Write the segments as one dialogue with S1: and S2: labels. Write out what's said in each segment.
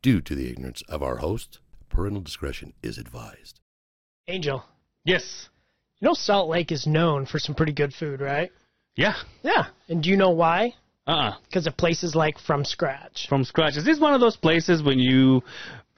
S1: due to the ignorance of our host, parental discretion is advised.
S2: Angel,
S3: Yes.
S2: you know Salt Lake is known for some pretty good food, right?
S3: Yeah.
S2: Yeah. And do you know why?
S3: Uh-uh.
S2: Because of places like From Scratch.
S3: From scratch. Is this one of those places when you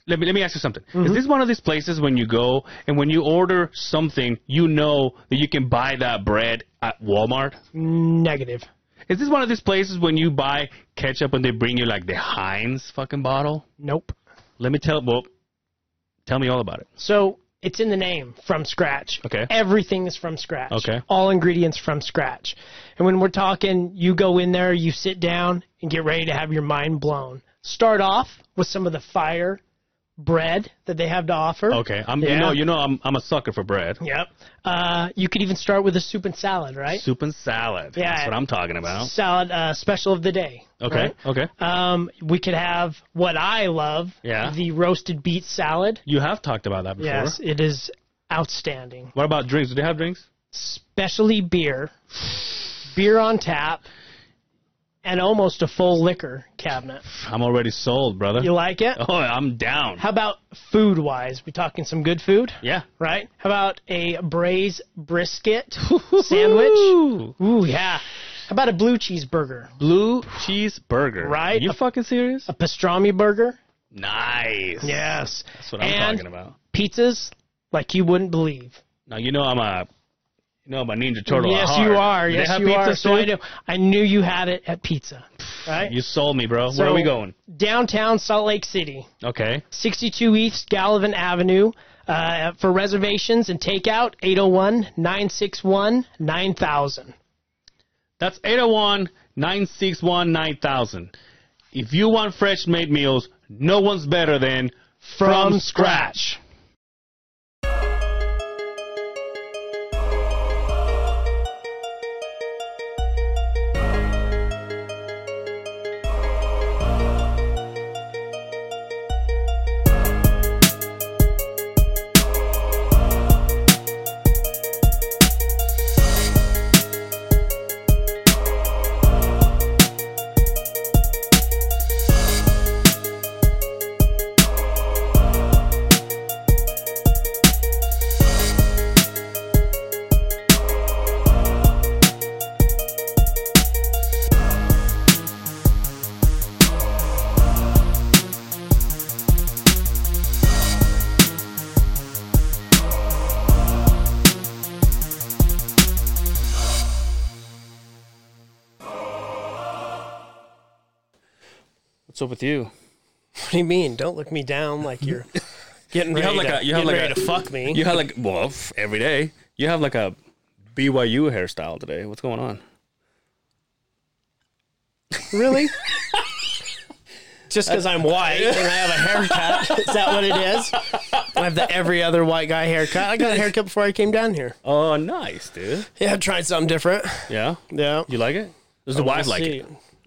S3: let me let me ask you something. Is
S2: Mm-hmm.
S3: this one of these places when you go and when you order something, you know that you can buy that bread at Walmart?
S2: Negative.
S3: Is this one of these places when you buy ketchup and they bring you like the Heinz fucking bottle?
S2: Nope.
S3: Let me tell well tell me all about it.
S2: So it's in the name, from scratch.
S3: Okay.
S2: Everything is from scratch.
S3: Okay.
S2: All ingredients from scratch. And when we're talking, you go in there, you sit down, and get ready to have your mind blown. Start off with some of the fire bread that they have to offer.
S3: Okay. I'm
S2: Yeah.
S3: you know, you know I'm I'm a sucker for bread.
S2: Yep. Uh, you could even start with a soup and salad, right?
S3: Soup and salad.
S2: Yeah.
S3: That's what I'm talking about.
S2: Salad uh, special of the day.
S3: Oh. Okay.
S2: right?
S3: Okay.
S2: Um, we could have what I love,
S3: Yeah.
S2: the roasted beet salad.
S3: You have talked about that before.
S2: Yes, it is outstanding.
S3: What about drinks? Do they have drinks?
S2: Especially beer, beer on tap, and almost a full liquor cabinet.
S3: I'm already sold, brother.
S2: You like it?
S3: Oh, I'm down.
S2: How about food wise? We talking some good food?
S3: Yeah.
S2: Right? How about a braised brisket sandwich? Ooh, yeah. How about a blue cheeseburger?
S3: Blue cheese burger.
S2: Right?
S3: You
S2: A-
S3: fucking serious?
S2: A pastrami burger?
S3: Nice.
S2: Yes.
S3: That's what I'm
S2: And-
S3: talking about.
S2: Pizzas like you wouldn't believe.
S3: Now you know I'm a you know I'm a ninja turtle. at
S2: yes,
S3: heart.
S2: you are.
S3: Do they
S2: Yes,
S3: have
S2: you
S3: pizza
S2: are. So I
S3: too?
S2: knew, I knew you had it at pizza. Right?
S3: You sold me, bro. Where
S2: So-
S3: are we going?
S2: Downtown Salt Lake City,
S3: Okay.
S2: 62 East Gallivan Avenue. Uh, for reservations and takeout, 801 961 9000.
S3: That's 801 961 9000. If you want fresh made meals, no one's better than From, Scratch. What's up with you?
S2: What do you mean? Don't look me down like you're getting ready, to, getting ready to fuck me.
S3: You have like well f- every day. You have like a BYU hairstyle today. What's going on?
S2: Really? Just because I'm white and I have a haircut, is that what it is? I have the every other white guy haircut. I got a haircut before I came down here.
S3: Oh, nice, dude.
S2: Yeah, I tried something different.
S3: Yeah,
S2: Yeah.
S3: you like it? Does the wife like it?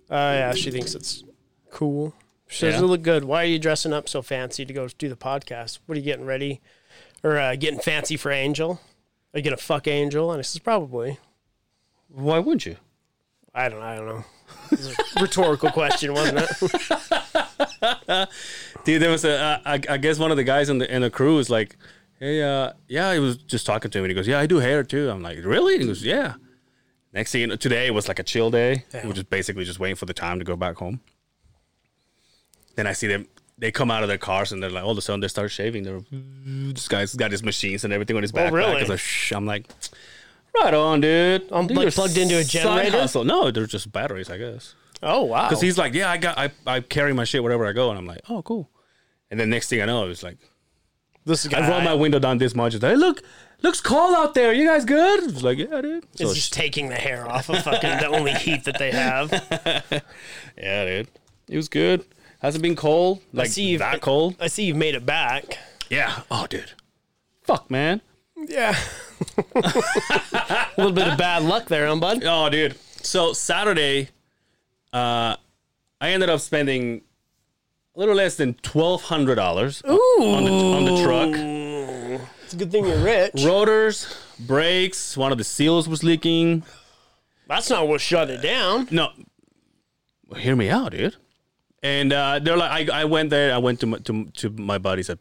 S2: Oh yeah, she thinks it's cool. She
S3: Yeah.
S2: doesn't look good. Why are you dressing up so fancy to go do the podcast? What are you getting ready, or uh, getting fancy for Angel? Are you gonna fuck Angel? And I says probably.
S3: Why wouldn't you?
S2: I don't. I don't know. It was a rhetorical question, wasn't it?
S3: Dude, there was a. Uh, I, I guess one of the guys in the in the crew was like, "Hey, uh, yeah." He was just talking to him, and he goes, "Yeah, I do hair too." I'm like, "Really?" And he goes, "Yeah." Next thing you know, today was like a chill day. We We're just basically just waiting for the time to go back home. Then I see them. They come out of their cars and they're like, all of a sudden they start shaving. They're this guy's got his machines and everything on his backpack.
S2: Oh, really?
S3: It's like, "Shh." I'm like, right on, dude.
S2: Um,
S3: Do
S2: like
S3: your
S2: plugged into a
S3: side
S2: generator?
S3: hustle." No, they're just batteries, I guess.
S2: Oh wow.
S3: Because he's like, yeah, I got, I, I carry my shit wherever I go, and I'm like, oh, cool. And then next thing I know, it was like,
S2: this guy.
S3: I roll my window down this much. It's like, hey, look, looks cold out there. You guys good? It's like, yeah, dude. So,
S2: is just taking the hair off of fucking the only heat that they have.
S3: yeah, dude. It was good. Hasn't been cold. Like
S2: see you've-
S3: that cold.
S2: I see you've made it back.
S3: Yeah. Oh, dude. Fuck, man.
S2: Yeah. a little bit of bad luck there, um, bud.
S3: Oh, dude. So Saturday, uh, I ended up spending a little less than twelve hundred dollars on the on the truck.
S2: It's a good thing you're rich.
S3: Rotors, brakes. One of the seals was leaking.
S2: That's not what shut it down.
S3: No. Well, hear me out, dude. And uh, they're like, I, I went there. I went to my, to, to my buddies at,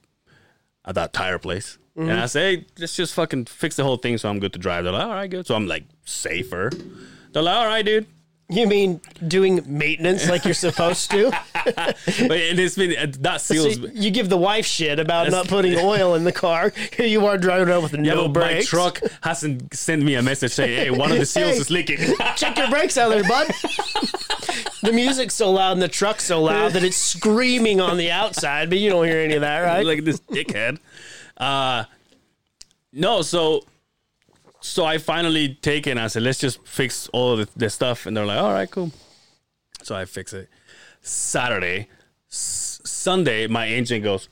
S3: at that tire place,
S2: Mm-hmm.
S3: and I say, hey, let's just fucking fix the whole thing, so I'm good to drive. They're like, all right, good. So I'm like safer. They're like, all right, dude.
S2: You mean doing maintenance like you're supposed to?
S3: But it- it's been uh, that
S2: So
S3: seals.
S2: you give the wife shit about
S3: That's-
S2: not putting oil in the car. Here you are driving around with
S3: yeah,
S2: no
S3: but my
S2: brakes.
S3: truck hasn't sent me a message saying, hey, one of the seals
S2: Hey.
S3: is leaking.
S2: Check your brakes out there, bud. the music's so loud and the truck's so loud that it's screaming on the outside, but you don't hear any of that, right?
S3: like this dickhead. Uh, no, so so I finally take it and I said, let's just fix all the, the stuff. And they're like, all right, cool. So I fix it. Saturday, S- Sunday, my engine goes,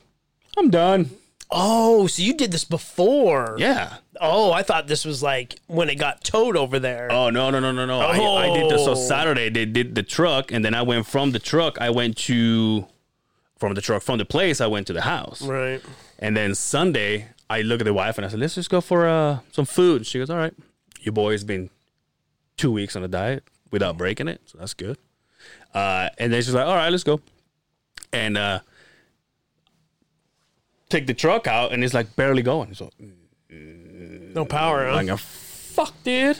S3: I'm done.
S2: oh, so you did this before.
S3: Yeah.
S2: Oh, I thought this was like when it got towed over there.
S3: Oh no no no no no! I, I did the, so Saturday they did the truck, and then I went from the truck. I went to from the truck from the place. I went to the house.
S2: Right.
S3: And then Sunday, I look at the wife and I said, "Let's just go for uh, some food." And she goes, "All right, your boy's been two weeks on a diet without breaking it, so that's good." Uh, and then she's like, "All right, let's go," and uh, take the truck out, and it's like barely going. So
S2: No power, huh?
S3: like, "Ah, "Fuck, dude!"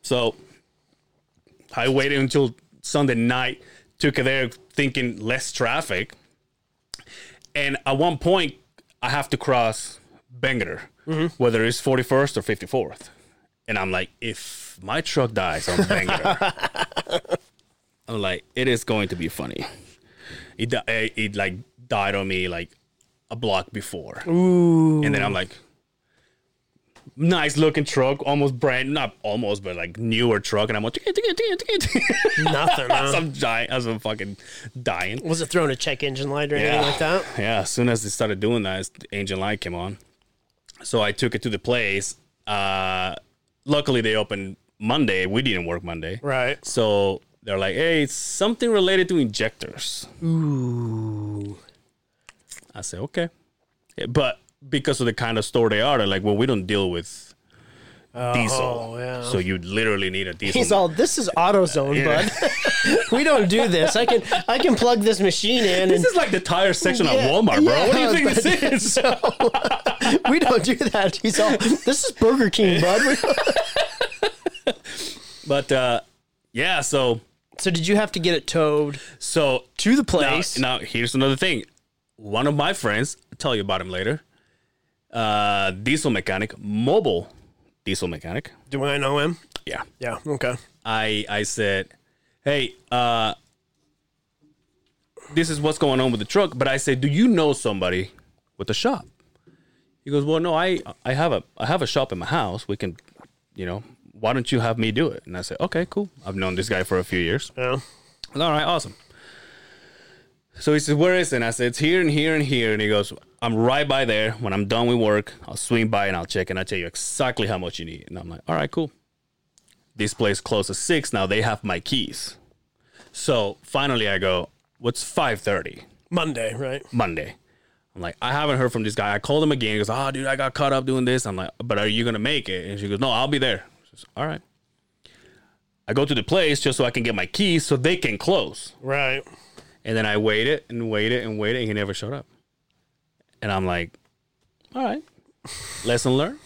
S3: So I waited until Sunday night, took it there, thinking less traffic. And at one point, I have to cross Bangor, whether it's 41st or 54th. And I'm like, if my truck dies on Bangor, I'm like, it is going to be funny. It, di- it, it like died on me like a block before. And then I'm like, nice looking truck, almost brand, not almost, but like newer truck. And I'm like,
S2: Nothing,
S3: as
S2: huh?
S3: I'm dying, as I'm fucking dying.
S2: Was it throwing a check engine light or anything like that?
S3: Yeah, as soon as they started doing that, the engine light came on. So I took it to the place. Uh, luckily, they opened Monday. We didn't work Monday.
S2: Right.
S3: So they're like, hey, it's something related to injectors.
S2: Ooh.
S3: I said, okay. Yeah, But because of the kind of store they are, they're like, well, we don't deal with diesel.
S2: Uh, oh, yeah.
S3: So you literally need a diesel.
S2: He's all this is AutoZone, bud. we don't do this. I can I can plug this machine in
S3: this
S2: and
S3: is like the tire section
S2: Yeah,
S3: at Walmart, bro. what do you
S2: yeah,
S3: think
S2: but-
S3: this is?
S2: we don't do that. He's all this is Burger King, bud.
S3: But uh, yeah, so
S2: so did you have to get it towed
S3: so
S2: to the
S3: Now-
S2: place?
S3: Now, here's another thing. One of my friends, I'll tell you about him later. Uh, diesel mechanic, mobile diesel mechanic.
S2: Do I know him?
S3: Yeah.
S2: Yeah. Okay.
S3: I I said, hey, uh, this is what's going on with the truck. But I said, do you know somebody with a shop? He goes, well, no, I I have a I have a shop in my house. We can, you know, why don't you have me do it? And I said, okay, cool. I've known this guy for a few years.
S2: Yeah.
S3: All right, awesome. So he says, Where is it? And I said, It's here and here and here. And he goes, I'm right by there. When I'm done with work, I'll swing by and I'll check and I'll tell you exactly how much you need. And I'm like, All right, cool. This place closes six. Now they have my keys. So finally I go, What's 530?
S2: Monday, right?
S3: Monday. I'm like, I haven't heard from this guy. I called him again. He goes, Oh, dude, I got caught up doing this. I'm like, But are you going to make it? And she goes, No, I'll be there. She says, All right. I go to the place just so I can get my keys so they can close.
S2: Right.
S3: And then I waited and waited and waited, and he never showed up. And I'm like, all right, lesson learned.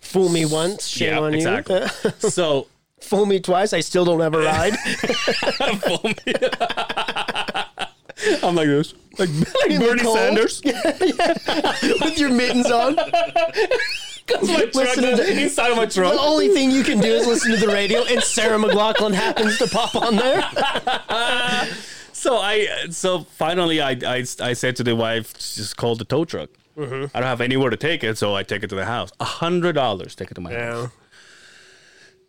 S2: Fool me once, shame on
S3: exactly.
S2: you.
S3: so,
S2: Fool me twice, I still don't have a ride.
S3: I'm like this, like, like
S2: In the
S3: Bernie
S2: cold?
S3: Sanders.
S2: With your mittens on.
S3: My truck
S2: Listening
S3: is
S2: to-
S3: inside of my
S2: The
S3: truck.
S2: only thing you can do is listen to the radio, and Sarah McLaughlin happens to pop on there.
S3: So I, so finally, I, I, I said to the wife, just call the tow truck.
S2: Mm-hmm.
S3: I don't have anywhere to take it, so I take it to the house. A hundred dollars, take it to my house.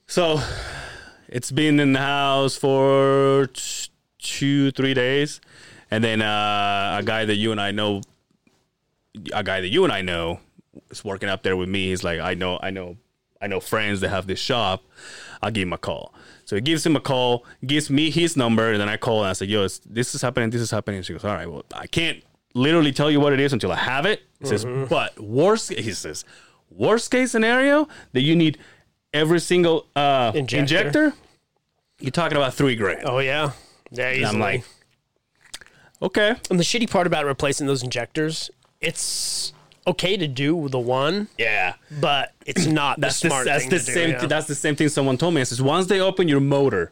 S3: So it's been in the house for t- two, three days. And then uh, a guy that you and I know, a guy that you and I know is working up there with me. He's like, I know, I know, I know friends that have this shop. I'll give him a call. So he gives him a call, gives me his number, and then I call and I say, yo, it's, this is happening, this is happening. she goes, all right, well, I can't literally tell you what it is until I have it. He says, but worst, he says, worst case scenario that you need every single uh,
S2: Injector.
S3: injector, you're talking about three grand.
S2: Oh yeah. Yeah,
S3: And I'm
S2: easily.
S3: like, okay,
S2: And the shitty part about replacing those injectors, it's okay to do with the one,
S3: yeah.
S2: but it's not
S3: That's
S2: the
S3: the,
S2: smart
S3: that's
S2: thing
S3: the
S2: to do,
S3: same.
S2: yeah.
S3: That's the same thing someone told me. I says once they open your motor,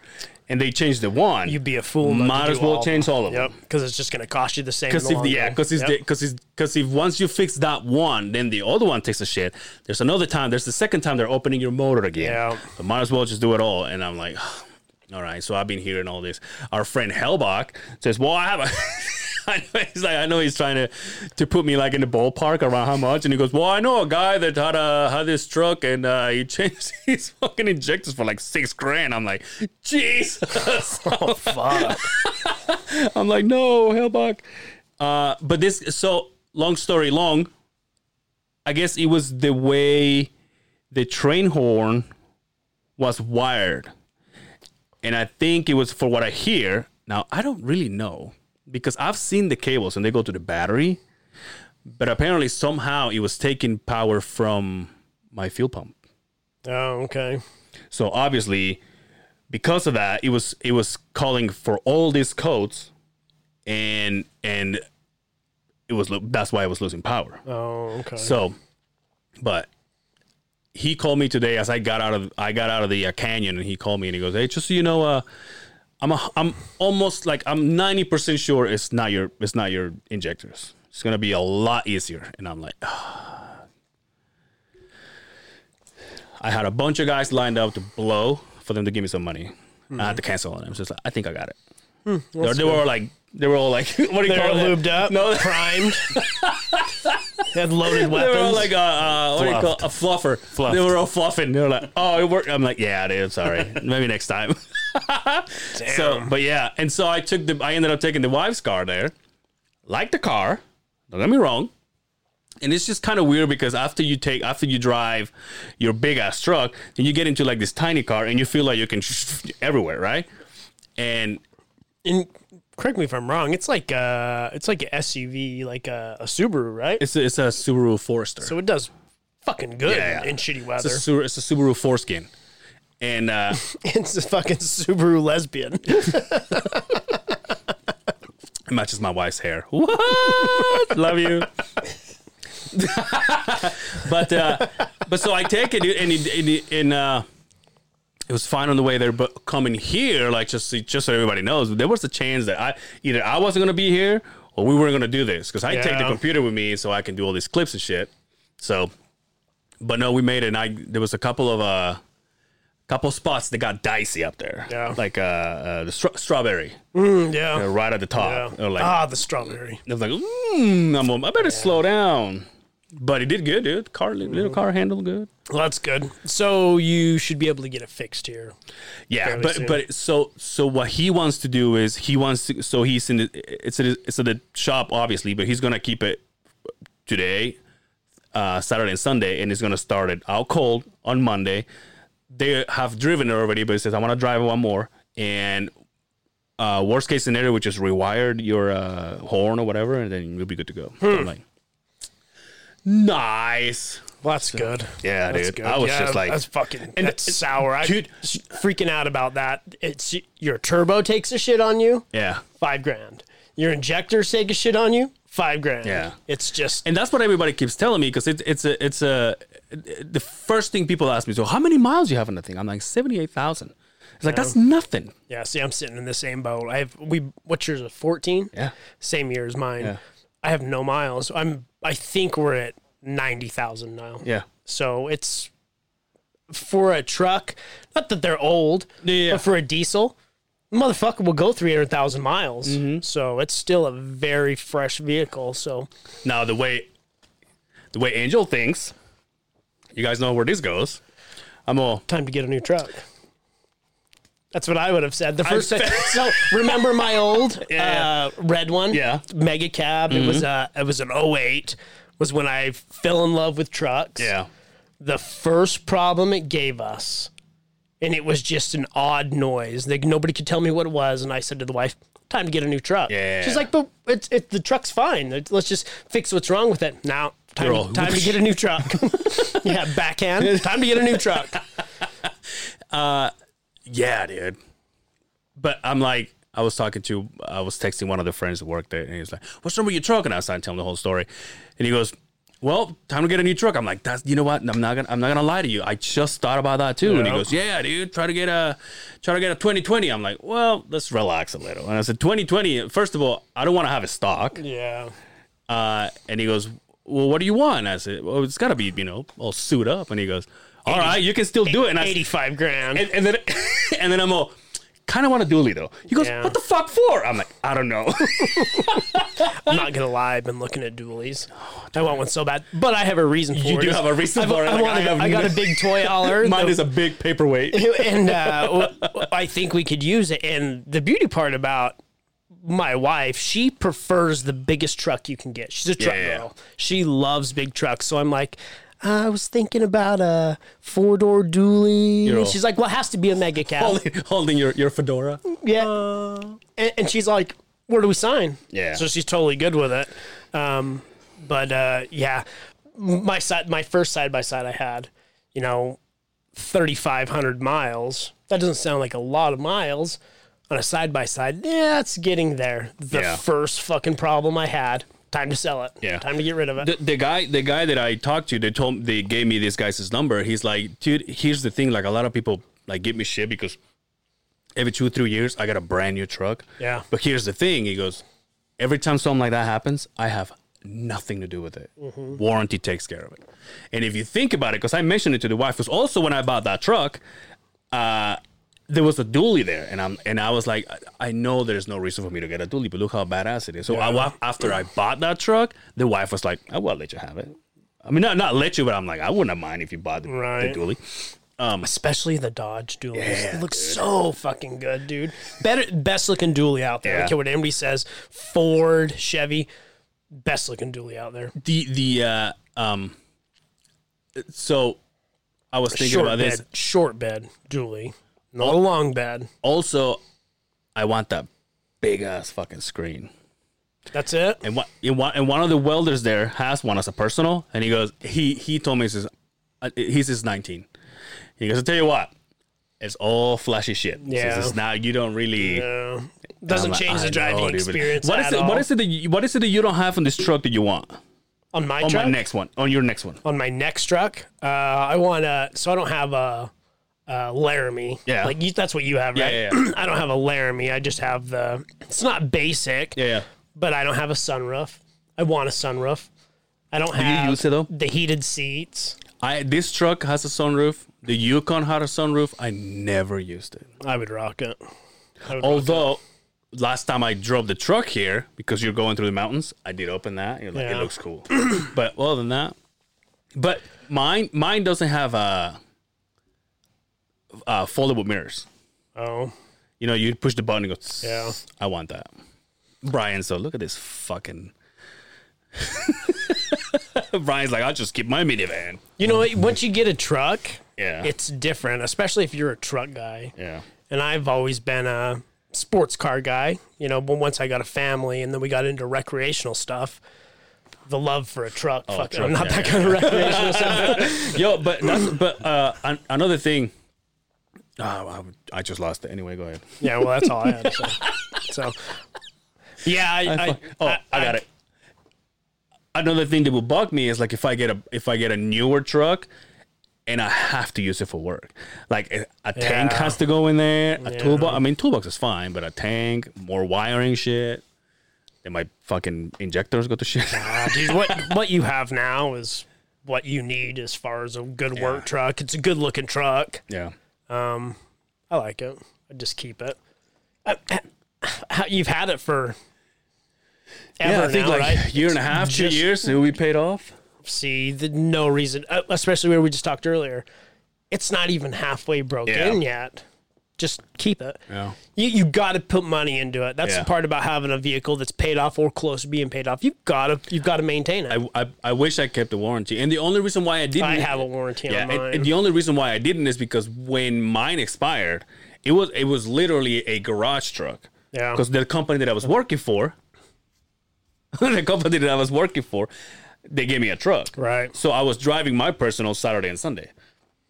S3: and they change the one,
S2: You'd be a fool. not to
S3: Might
S2: do
S3: as well
S2: all.
S3: change all of them.
S2: Yep, because it's just going to cost you the same. in
S3: Because
S2: the
S3: if
S2: long
S3: the, yeah,
S2: run.
S3: because
S2: Yep.
S3: because because if once you fix that one, then the other one takes a shit. There's another time. There's the second time they're opening your motor again.
S2: Yeah.
S3: But might as well just do it all. And I'm like, all right. So I've been hearing all this. Our friend Hellbach says, "Well, I have a." I know he's like, I know he's trying to, to put me like in the ballpark around how much, and he goes, "Well, I know a guy that had a had this truck, and uh, he changed his fucking injectors for like six grand." I'm like, Jesus,
S2: oh fuck.
S3: I'm like, no, Hellbuck. Uh, but this, so long story long, I guess it was the way the train horn was wired. And I think it was for what I hear. Now, I don't really know because I've seen the cables and they go to the battery. But apparently, somehow it was taking power from my fuel pump.
S2: oh okay.
S3: So obviously, because of that, it was it was calling for all these codes, and and it was lo- that's why I was losing power.
S2: Oh okay.
S3: So, but he called me today as I got out of I got out of the uh, canyon, and he called me and he goes, "Hey, just so you know, uh, I'm a, I'm almost like I'm ninety percent sure it's not your it's not your injectors. It's gonna be a lot easier." And I'm like. I had a bunch of guys lined up to blow for them to give me some money. I had to cancel on them. So it's like, I think I got it. they they were like, they were all like, what do you
S2: they were
S3: call it?
S2: lubed up,
S3: No,
S2: primed. they had loaded
S3: They
S2: weapons.
S3: were all like a, uh, what do you call it? a fluffer.
S2: Fluffed.
S3: They were all fluffing. They were like, oh, it worked. I'm like, yeah, it is. Sorry, maybe next time. So, but yeah, and so I took the. I ended up taking the wife's car there. Like the car, don't get me wrong. And it's just kind of weird because after you take, after you drive your big ass truck, then you get into like this tiny car and you feel like you can everywhere, right? And
S2: And correct me if I'm wrong. It's like uh it's like an SUV, like a, a Subaru, right?
S3: it's a, it's a Subaru Forester.
S2: so it does fucking good
S3: Yeah, yeah.
S2: in shitty
S3: it's,
S2: weather.
S3: a, Su- it's a Subaru foreskin. And uh,
S2: It's a fucking Subaru lesbian.
S3: It matches my wife's hair. What? Love you. but uh, but so I take it and it, and, it, and uh, it was fine on the way there. But coming here, like just just so everybody knows, there was a chance that I either I wasn't gonna be here or we weren't gonna do this because I take the
S2: Yeah.
S3: computer with me so I can do all these clips and shit. So, but no, we made it. And I there was a couple of uh couple spots that got dicey up there.
S2: Yeah.
S3: like uh, uh the stra- strawberry
S2: yeah.
S3: right at the top.
S2: yeah.
S3: Or like
S2: ah, the strawberry.
S3: I was like, mm, I'm, I better slow down. But it did good, dude. Car, little car handled good.
S2: Well, that's good. So you should be able to get it fixed here.
S3: Yeah,
S2: Fairly
S3: but
S2: soon.
S3: but so so what he wants to do is he wants to so he's in the it's at his- it's at the shop obviously, but he's gonna keep it today, uh, Saturday and Sunday, and he's gonna start it out cold on Monday. They have driven it already, but he says I want to drive one more. And uh, worst case scenario, which is rewired your uh, horn or whatever, and then you'll be good to go.
S2: Hmm.
S3: So I'm like, nice.
S2: Well, that's good.
S3: Yeah,
S2: That's
S3: dude. I was
S2: Yeah,
S3: just like,
S2: that's fucking
S3: And-
S2: that's sour. I
S3: Dude.
S2: s- freaking out about that. It's your turbo takes a shit on you,
S3: yeah.
S2: five grand. Your injectors take a shit on you, five grand.
S3: Yeah.
S2: it's just
S3: and that's what everybody keeps telling me because it, it's a it's a the first thing people ask me so how many miles you have on the thing i'm like 78000 it's like that's nothing
S2: yeah. See, I'm sitting in the same boat. I have we. What's yours? A fourteen?
S3: yeah
S2: Same year as mine.
S3: Yeah.
S2: I have no miles. I'm. I think we're at ninety thousand now.
S3: yeah
S2: So it's for a truck, not that they're old,
S3: Yeah.
S2: but for a diesel, motherfucker will go 300,000 miles.
S3: Mm-hmm.
S2: So it's still a very fresh vehicle. So
S3: now the way the way angel thinks you guys know where this goes i'm all
S2: time to get a new truck. That's what I would have said. The first time. so remember my old
S3: Yeah,
S2: uh, red one?
S3: Yeah. Mm-hmm.
S2: Mega cab. It was uh it was an 08 was when I fell in love with trucks.
S3: yeah
S2: the first problem it gave us, and it was just an odd noise. Like nobody could tell me what it was, and I said to the wife, "Time to get a new truck."
S3: Yeah.
S2: She's like, "But it's it, the truck's fine. Let- Let's just fix what's wrong with it." Now, time,
S3: You're all-
S2: time to get a new truck. yeah, backhand. Time to get a new truck.
S3: yeah dude but i'm like I was talking to, I was texting one of the friends that worked there, and he was like, "What's wrong with your truck?" And I started telling him the whole story, and he goes, "Well, time to get a new truck." I'm like, "That's you know what? I'm not gonna I'm not gonna lie to you. I just thought about that too." And he
S2: Yeah.
S3: goes, "Yeah, dude, try to get a try to get a 2020." I'm like, "Well, let's relax a little." And I said, "2020. First of all, I don't want to have a stock."
S2: Yeah.
S3: Uh, and he goes, "Well, what do you want?" I said, "Well, it's got to be you know all suit up." And he goes, "All right, you can still do it." And I
S2: Eighty-five grand.
S3: and, and then and then I'm all kind of want a dually though. He goes,
S2: Yeah.
S3: "What the fuck for?" I'm like, "I don't know."
S2: I'm not gonna lie. I've been looking at dualies. I want one so bad, but I have a reason for it.
S3: Oh, do have a reason
S2: I've-
S3: for it,
S2: I,
S3: like,
S2: want
S3: I
S2: a-
S3: have
S2: I got a big toy holler.
S3: Mine
S2: the-
S3: is a big paperweight.
S2: and uh, w- w- I think we could use it. And the beauty part about my wife, she prefers the biggest truck you can get. She's a truck
S3: Yeah, yeah.
S2: girl. She loves big trucks. So I'm like, I was thinking about a four door dually.
S3: all-
S2: She's like, well, it has to be a mega cab.
S3: Holding, holding your, your fedora.
S2: yeah. and, and she's like, where do we sign?
S3: Yeah.
S2: Uh, So she's totally good with it. Um, but uh, yeah, my side, my first side by side I had, you know, 3,500 miles. That doesn't sound like a lot of miles on a side by side. That's getting there. The
S3: Yeah.
S2: first fucking problem I had. Time to sell it.
S3: Yeah.
S2: Time to get rid of it.
S3: The, the guy, the guy that I talked to, they told they gave me this guy's his number. He's like, dude, here's the thing. Like a lot of people like give me shit because every two three years I got a brand new truck.
S2: Yeah.
S3: But here's the thing. He goes, every time something like that happens, I have nothing to do with it.
S2: Mm-hmm.
S3: Warranty takes care of it. And if you think about it, because I mentioned it to the wife, was also when I bought that truck. Uh, there was a dually there, and I'm and I was like, I- I know there's no reason for me to get a dually, but look how badass it is. So I wa- after I bought that truck, the wife was like, I will let you have it. I mean, not not let you, but I'm like, I wouldn't mind if you bought the,
S2: Right.
S3: the dually.
S2: Especially the Dodge dually. it looks so fucking good, dude. Better, best looking dually out there. I
S3: Yeah.
S2: don't care what anybody says. Ford, Chevy, best looking dually out there.
S3: the the uh, um so I was thinking
S2: short
S3: about
S2: bed,
S3: this
S2: short bed dually, not a long bed.
S3: also I want that big ass fucking screen
S2: That's it.
S3: and what and one and one of the welders there has one as a personal and he goes he he told me he says uh, he's his 19 he goes I tell you what it's all flashy shit He says,
S2: Yeah.
S3: it's not you don't really
S2: Uh, doesn't
S3: I'm like,
S2: change
S3: I
S2: the driving
S3: know, dude, but
S2: experience.
S3: what is
S2: at
S3: it
S2: all.
S3: what is it that you, what is it that you don't have on this truck that you want
S2: on my
S3: on
S2: truck?
S3: my next one on your next one
S2: on my next truck? Uh, I want to. So I don't have a, a Laramie.
S3: Yeah.
S2: like you, that's what you have,
S3: Yeah,
S2: right?
S3: yeah, yeah.
S2: I don't have a Laramie. I just have the. It's not basic,
S3: yeah
S2: but I don't have a sunroof. I want a sunroof. I don't
S3: yeah
S2: have.
S3: do you use it though
S2: The heated seats.
S3: I this truck has a sunroof. The Yukon had a sunroof. I never used it.
S2: I would rock it. I would rock
S3: Although last time I drove the truck here because you're going through the mountains, I did open that. You're like, it
S2: Yeah.
S3: looks cool. but other than that, but mine mine doesn't have a, uh foldable mirrors.
S2: it. Oh,
S3: You know, you push the button and it goes.
S2: Yeah.
S3: I want that. Brian, so look at this fucking. Brian's like, I'll just keep my minivan.
S2: you know, what? once you get a truck,
S3: Yeah.
S2: it's different, especially if you're a truck guy.
S3: yeah.
S2: And I've always been a sports car guy, you know, but once I got a family and then we got into recreational stuff, the love for a truck. fuck,
S3: Oh, truck,
S2: I'm not
S3: yeah,
S2: that kind of recreational stuff.
S3: Yo, but that's, but uh, an, another thing. Oh, I, I just lost it. Anyway, go ahead.
S2: Yeah, well, that's all I had to say. So, yeah, I, I,
S3: Oh, I, got it. Another thing that would bug me is like if I get a if I get a newer truck, and I have to use it for work. Like a, a tank
S2: Yeah.
S3: has to go in there. A
S2: Yeah.
S3: toolbox. I mean, toolbox is fine, but a tank, more wiring shit. Then my fucking injectors go to shit.
S2: Ah, dude, what what you have now is what you need as far as a good work truck. It's a good looking truck.
S3: yeah.
S2: Um, I like it. I just keep it. Uh, uh, You've had it for ever
S3: Yeah, I think
S2: now,
S3: like
S2: right?
S3: a year and a half, two
S2: just-
S3: years, and we paid off.
S2: See, the, no reason, uh, especially where we just talked earlier. It's not even halfway broke
S3: Yeah.
S2: in yet. Just keep it.
S3: Yeah.
S2: You you got to put money into it. That's
S3: Yeah.
S2: the part about having a vehicle that's paid off or close to being paid off. You've got to you've got to maintain it.
S3: I, I, I wish I kept the warranty. And the only reason why I didn't
S2: I have a warranty
S3: yeah,
S2: on
S3: and-
S2: mine.
S3: and the only reason why I didn't is because when mine expired, it was it was literally a garage truck.
S2: Yeah.
S3: Because the company that I was working for, the company that I was working for, they gave me a truck.
S2: Right.
S3: So I was driving my personal Saturday and Sunday.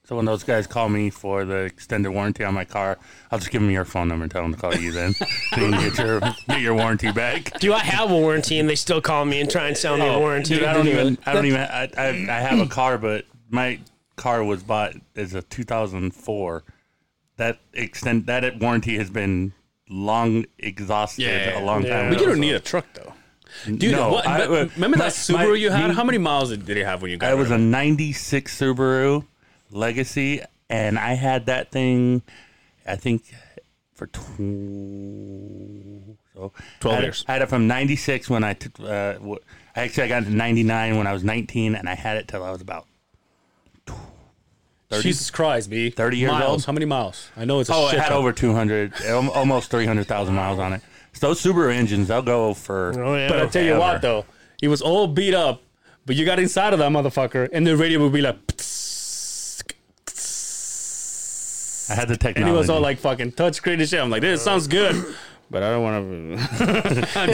S4: So when those guys call me for the extended warranty on my car, I'll just give them your phone number and tell them to call you then. so you can get your get your warranty back.
S2: Do I have a warranty and they still call me and try and sell me a warranty?
S4: Dude, I don't Oh, even. I don't even. I, I, I have a car, but my car was bought as a 2004. That extend that it- warranty has been long exhausted
S3: Yeah,
S4: a long time.
S3: But you
S4: ago,
S3: don't
S4: so-
S3: need a truck though. Dude,
S4: No,
S3: what,
S4: I- uh,
S3: but remember
S4: my-
S3: that Subaru
S4: my-
S3: you had?
S4: me-
S3: How many miles did did it have when you got
S4: I was
S3: rid
S4: a
S3: of it?
S4: '96 Subaru Legacy, and I had that thing. I think for tw- so
S3: 12
S4: I had,
S3: years.
S4: I had it from '96 when I took. Uh, w- actually, I got into '99 when I was 19, and I had it till I was about
S3: Jesus Christ, B.
S4: 30 years
S3: miles.
S4: old?
S3: How many miles? I know it's a
S4: Oh,
S3: shit
S4: it had
S3: ton.
S4: over 200, al- almost 300,000 miles on it. So those Subaru engines, they'll go for.
S2: Oh, yeah.
S3: But I tell you
S4: Whatever.
S3: what, though, it was all beat up, but you got inside of that motherfucker, and the radio would be like, "Ptsk, ptsk,"
S4: I had the technology.
S3: and it was all like fucking touch screen and shit. I'm like, this sounds good, but I don't want to. I'm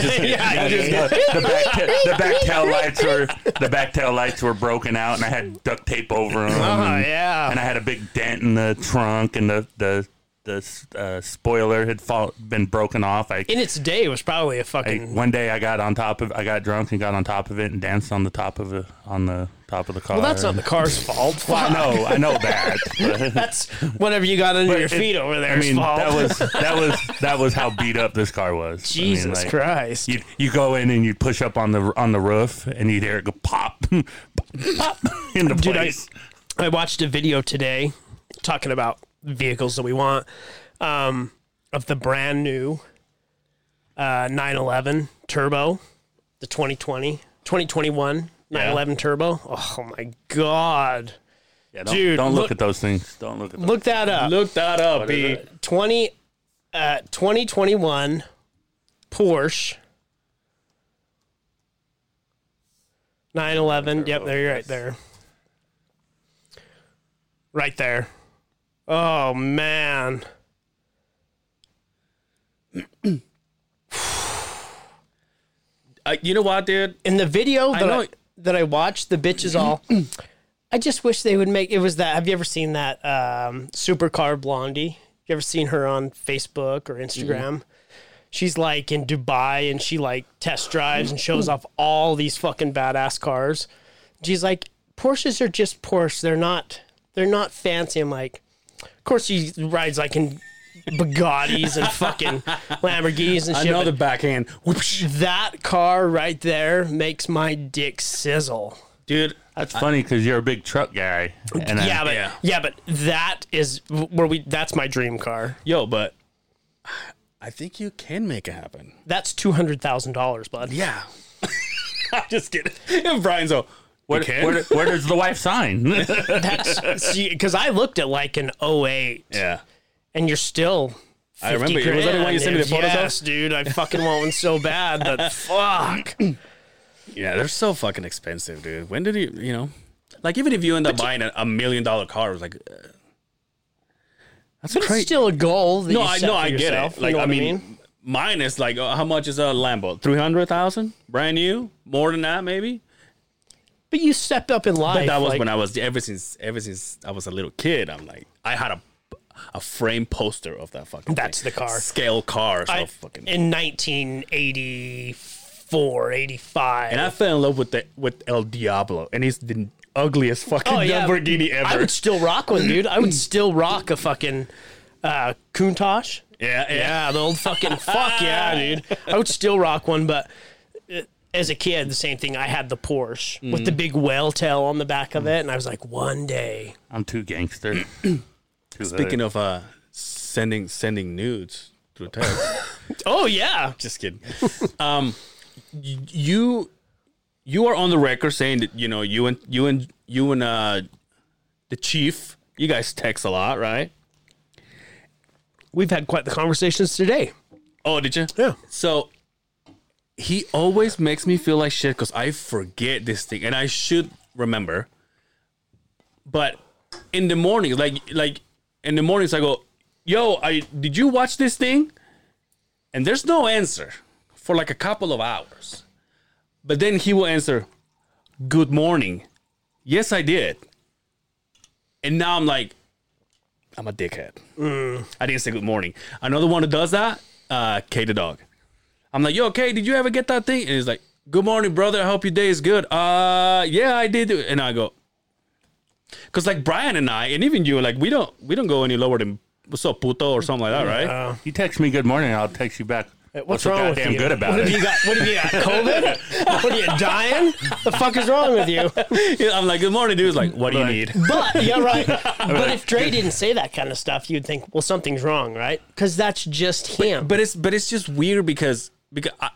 S3: just, yeah,
S4: Yeah,
S3: I'm just
S4: the, the back ta- the back tail lights were the back tail lights were broken out, and I had duct tape over them.
S2: Oh,
S4: and,
S2: yeah.
S4: and I had a big dent in the trunk, and the the the uh, spoiler had fall, been broken off. I,
S2: In its day, it was probably a
S4: I
S2: fucking.
S4: one day I got on top of I got drunk and got on top of it and danced on the top of a, on the top of the car.
S2: well, that's not the car's fault.
S4: Well, I know I know that. but-
S2: That's whatever you got under
S4: but
S2: your
S4: it-
S2: feet over there.
S4: I mean,
S2: fault.
S4: that was that was that was how beat up this car was. I mean,
S2: Jesus
S4: like,
S2: Christ.
S4: You you go in and you push up on the on the roof and you'd hear it go pop, pop into
S2: Dude, I,
S4: place.
S2: I watched a video today talking about vehicles that we want um, of the brand new uh, 911 Turbo, the 2020, 2021 911 Turbo. Oh my God.
S4: yeah, don't,
S2: dude,
S4: don't look,
S2: look-
S4: at those things. Don't look at those.
S2: Look that up.
S3: look that up,
S4: is
S3: B.
S4: it?
S2: 20, uh, 2021 Porsche 911. Yep, there you're right there. Right there. Oh, man.
S3: I, you know what, dude?
S2: In the video that I,
S3: know-
S2: that I watched, the bitch is all. I just wish they would make it was that. Have you ever seen that um, supercar Blondie? You ever seen her on Facebook or Instagram? She's like in Dubai and she like test drives and shows off all these fucking badass cars. She's like, Porsches are just Porsche. They're not. They're not fancy. I'm like, of course she rides like in Bugattis and fucking Lamborghinis and shit. but-
S3: Another backhand, Whoopsh.
S2: that car right there makes my dick sizzle.
S3: dude.
S4: That's funny because you're a big truck guy. And I-
S2: yeah, but yeah. but that is where we. That's my dream car.
S3: Yo, but I think you can make it happen.
S2: That's two hundred thousand dollars, bud.
S3: Yeah, I'm just kidding. And Brian's all,
S4: where,
S3: you can?
S4: where, where does the wife sign?
S2: That's because I looked at like an 08
S3: yeah.
S2: and you're still. 50
S3: I remember you. Was that the one you sent me the
S2: grand,
S3: photos of?
S2: yes, dude. I fucking want one so bad, but fuck.
S3: Yeah, they're so fucking expensive, dude. When did you, you know, like even if you end up buying a, a million dollar car, it's like uh, that's
S2: But it's
S3: crazy.
S2: still a goal. That
S3: No,
S2: you
S3: I
S2: set
S3: no,
S2: for
S3: I get
S2: yourself,
S3: it.
S2: you
S3: Like
S2: know
S3: I
S2: what
S3: mean, mine is like uh, how much is a Lambo? Three hundred thousand, brand new, more than that maybe.
S2: but you stepped up in life.
S3: But that was
S2: like,
S3: when I was ever since ever since I was a little kid. I'm like I had a a frame poster of that fucking.
S2: That's
S3: thing.
S2: the car.
S3: scale cars.
S2: I-
S3: of fucking.
S2: in 1984, 85.
S3: and I fell in love with the with El Diablo, and he's the ugliest fucking Lamborghini ever.
S2: Oh, I would still rock one, dude. I would still rock a fucking uh, Countach.
S3: yeah, yeah.
S2: Yeah, the old fucking fuck yeah, dude. I would still rock one, but uh, as a kid, the same thing. I had the Porsche with the big whale tail on the back of it, and I was like, one day.
S4: I'm too gangster.
S3: Speaking of uh, sending sending nudes through text,
S2: Oh yeah,
S3: just kidding. Um, y- you you are on the record saying that you know you and you and you and uh the chief, you guys text a lot, right?
S2: we've had quite the conversations today.
S3: Oh, did you?
S2: Yeah.
S3: So he always makes me feel like shit because I forget this thing, and I should remember. But in the mornings, like like in the mornings, I go, "Yo, I did you watch this thing?" And there's no answer for like a couple of hours. But then he will answer, "Good morning." Yes, I did. And now I'm like, I'm a dickhead. I didn't say good morning. Another one who does that, uh, K the dog. I'm like, yo, K, did you ever get that thing? And he's like, good morning, brother. I hope your day is good. Uh, yeah, I did. And I go, because like Brian and I, and even you, like we don't we don't go any lower than what's up, puto, or something like that, right?
S4: You text me good morning, I'll text you back.
S2: What's wrong with
S4: goddamn
S2: you?
S4: good about
S2: what
S4: it?
S2: Have you got, what have you got? COVID? what are you dying? The fuck is wrong with you?
S3: Yeah, I'm like, good morning, dude. He's like, what do you need?
S2: But yeah, right. But if Dre didn't say that kind of stuff, you'd think, well, something's wrong, right? Because that's just him.
S3: But it's but it's just weird because because I,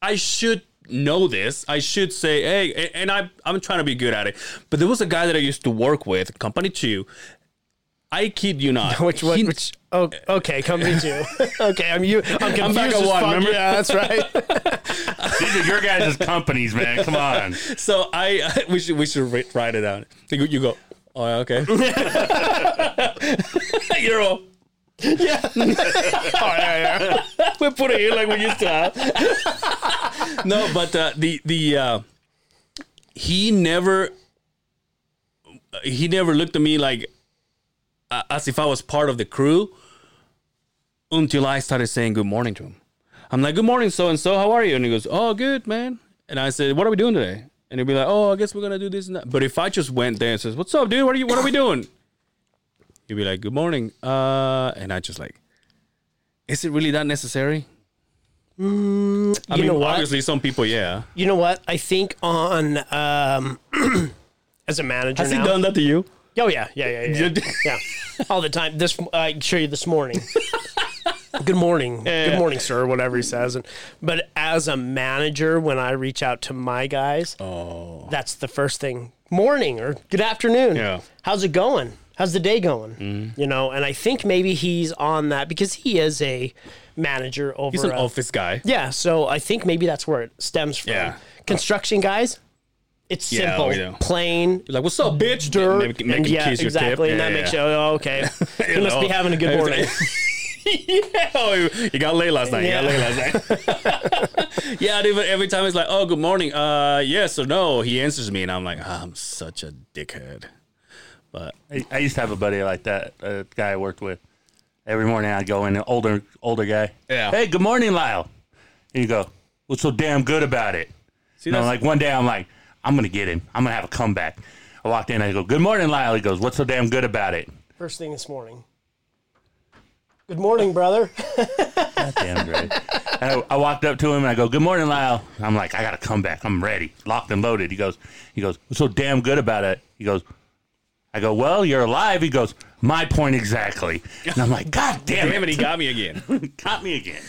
S3: I should know this. I should say, hey, a- and I I'm trying to be good at it. But there was a guy that I used to work with, company two. I kid you not.
S2: which one?
S3: He-
S2: Which? Oh, okay, company two. okay, I'm you. I'm confused.
S3: back at
S2: as
S3: one,
S2: fuck.
S3: remember?
S2: Yeah, that's right.
S4: These are your guys' companies, man. Come on.
S3: So I we should we should ri- write it down. You go, you go, oh okay. You're all. Yeah. we put it here like we used to have. no, but uh, the the uh, he never he never looked at me like uh, as if I was part of the crew until I started saying good morning to him. I'm like, good morning, so and so. How are you? And he goes, oh, good, man. And I said, what are we doing today? And he'll be like, oh, I guess we're gonna do this and that. But if I just went there and says, what's up, dude? What are you? What are we doing? He'd be like, good morning. Uh, and I just like, is it really that necessary? I
S2: Mm, you
S3: mean,
S2: know what?
S3: obviously, some people, yeah.
S2: You know what? I think on um, as a manager
S3: Has
S2: now.
S3: he done that to you?
S2: Oh yeah, yeah, yeah, yeah, yeah. Yeah. All the time. This I can show you this morning. Good morning, good morning, sir. or Whatever he says, and but as a manager, when I reach out to my guys, oh, that's the first thing. Morning or good afternoon.
S3: Yeah.
S2: How's it going? How's the day going? You know, and I think maybe he's on that because he is a manager over.
S3: He's an
S2: a-
S3: office guy.
S2: yeah, so I think maybe that's where it stems from.
S3: Yeah.
S2: Construction guys, it's
S3: Yeah,
S2: simple,
S3: we know.
S2: plain,
S3: Like, what's up, bitch?
S2: dirt.
S3: Make,
S2: and
S3: make him
S2: Mm-hmm. yeah,
S3: kiss your
S2: exactly. And
S3: tip. Yeah,
S2: that makes you,
S3: yeah.
S2: oh, okay. he
S3: You
S2: must be
S3: know.
S2: having a good morning.
S3: yeah, oh, you- you got late last night. You got
S2: Yeah.
S3: late last night. yeah, dude, but every time it's like, oh, good morning. Uh, yes or no, he answers me, and I'm like, I'm such a dickhead. But
S4: I, I used to have a buddy like that, a guy I worked with. Every morning I'd go in, an older older guy.
S3: Yeah.
S4: Hey, good morning, Lyle. And you go, what's so damn good about it?
S3: see,
S4: You know,
S3: that's
S4: like one day I'm like, I'm gonna get him. I'm gonna have a comeback. I walked in, I go, Good morning, Lyle. He goes, What's so damn good about it?
S2: First thing this morning. Good morning, brother.
S4: Damn right. And I, I walked up to him and I go, Good morning, Lyle. I'm like, I got a comeback. I'm ready. Locked and loaded. He goes, he goes, What's so damn good about it? He goes, I go, Well, you're alive. He goes, My point exactly. And I'm like, God damn
S3: damn it, he
S4: it.
S3: got me again.
S4: Caught me again.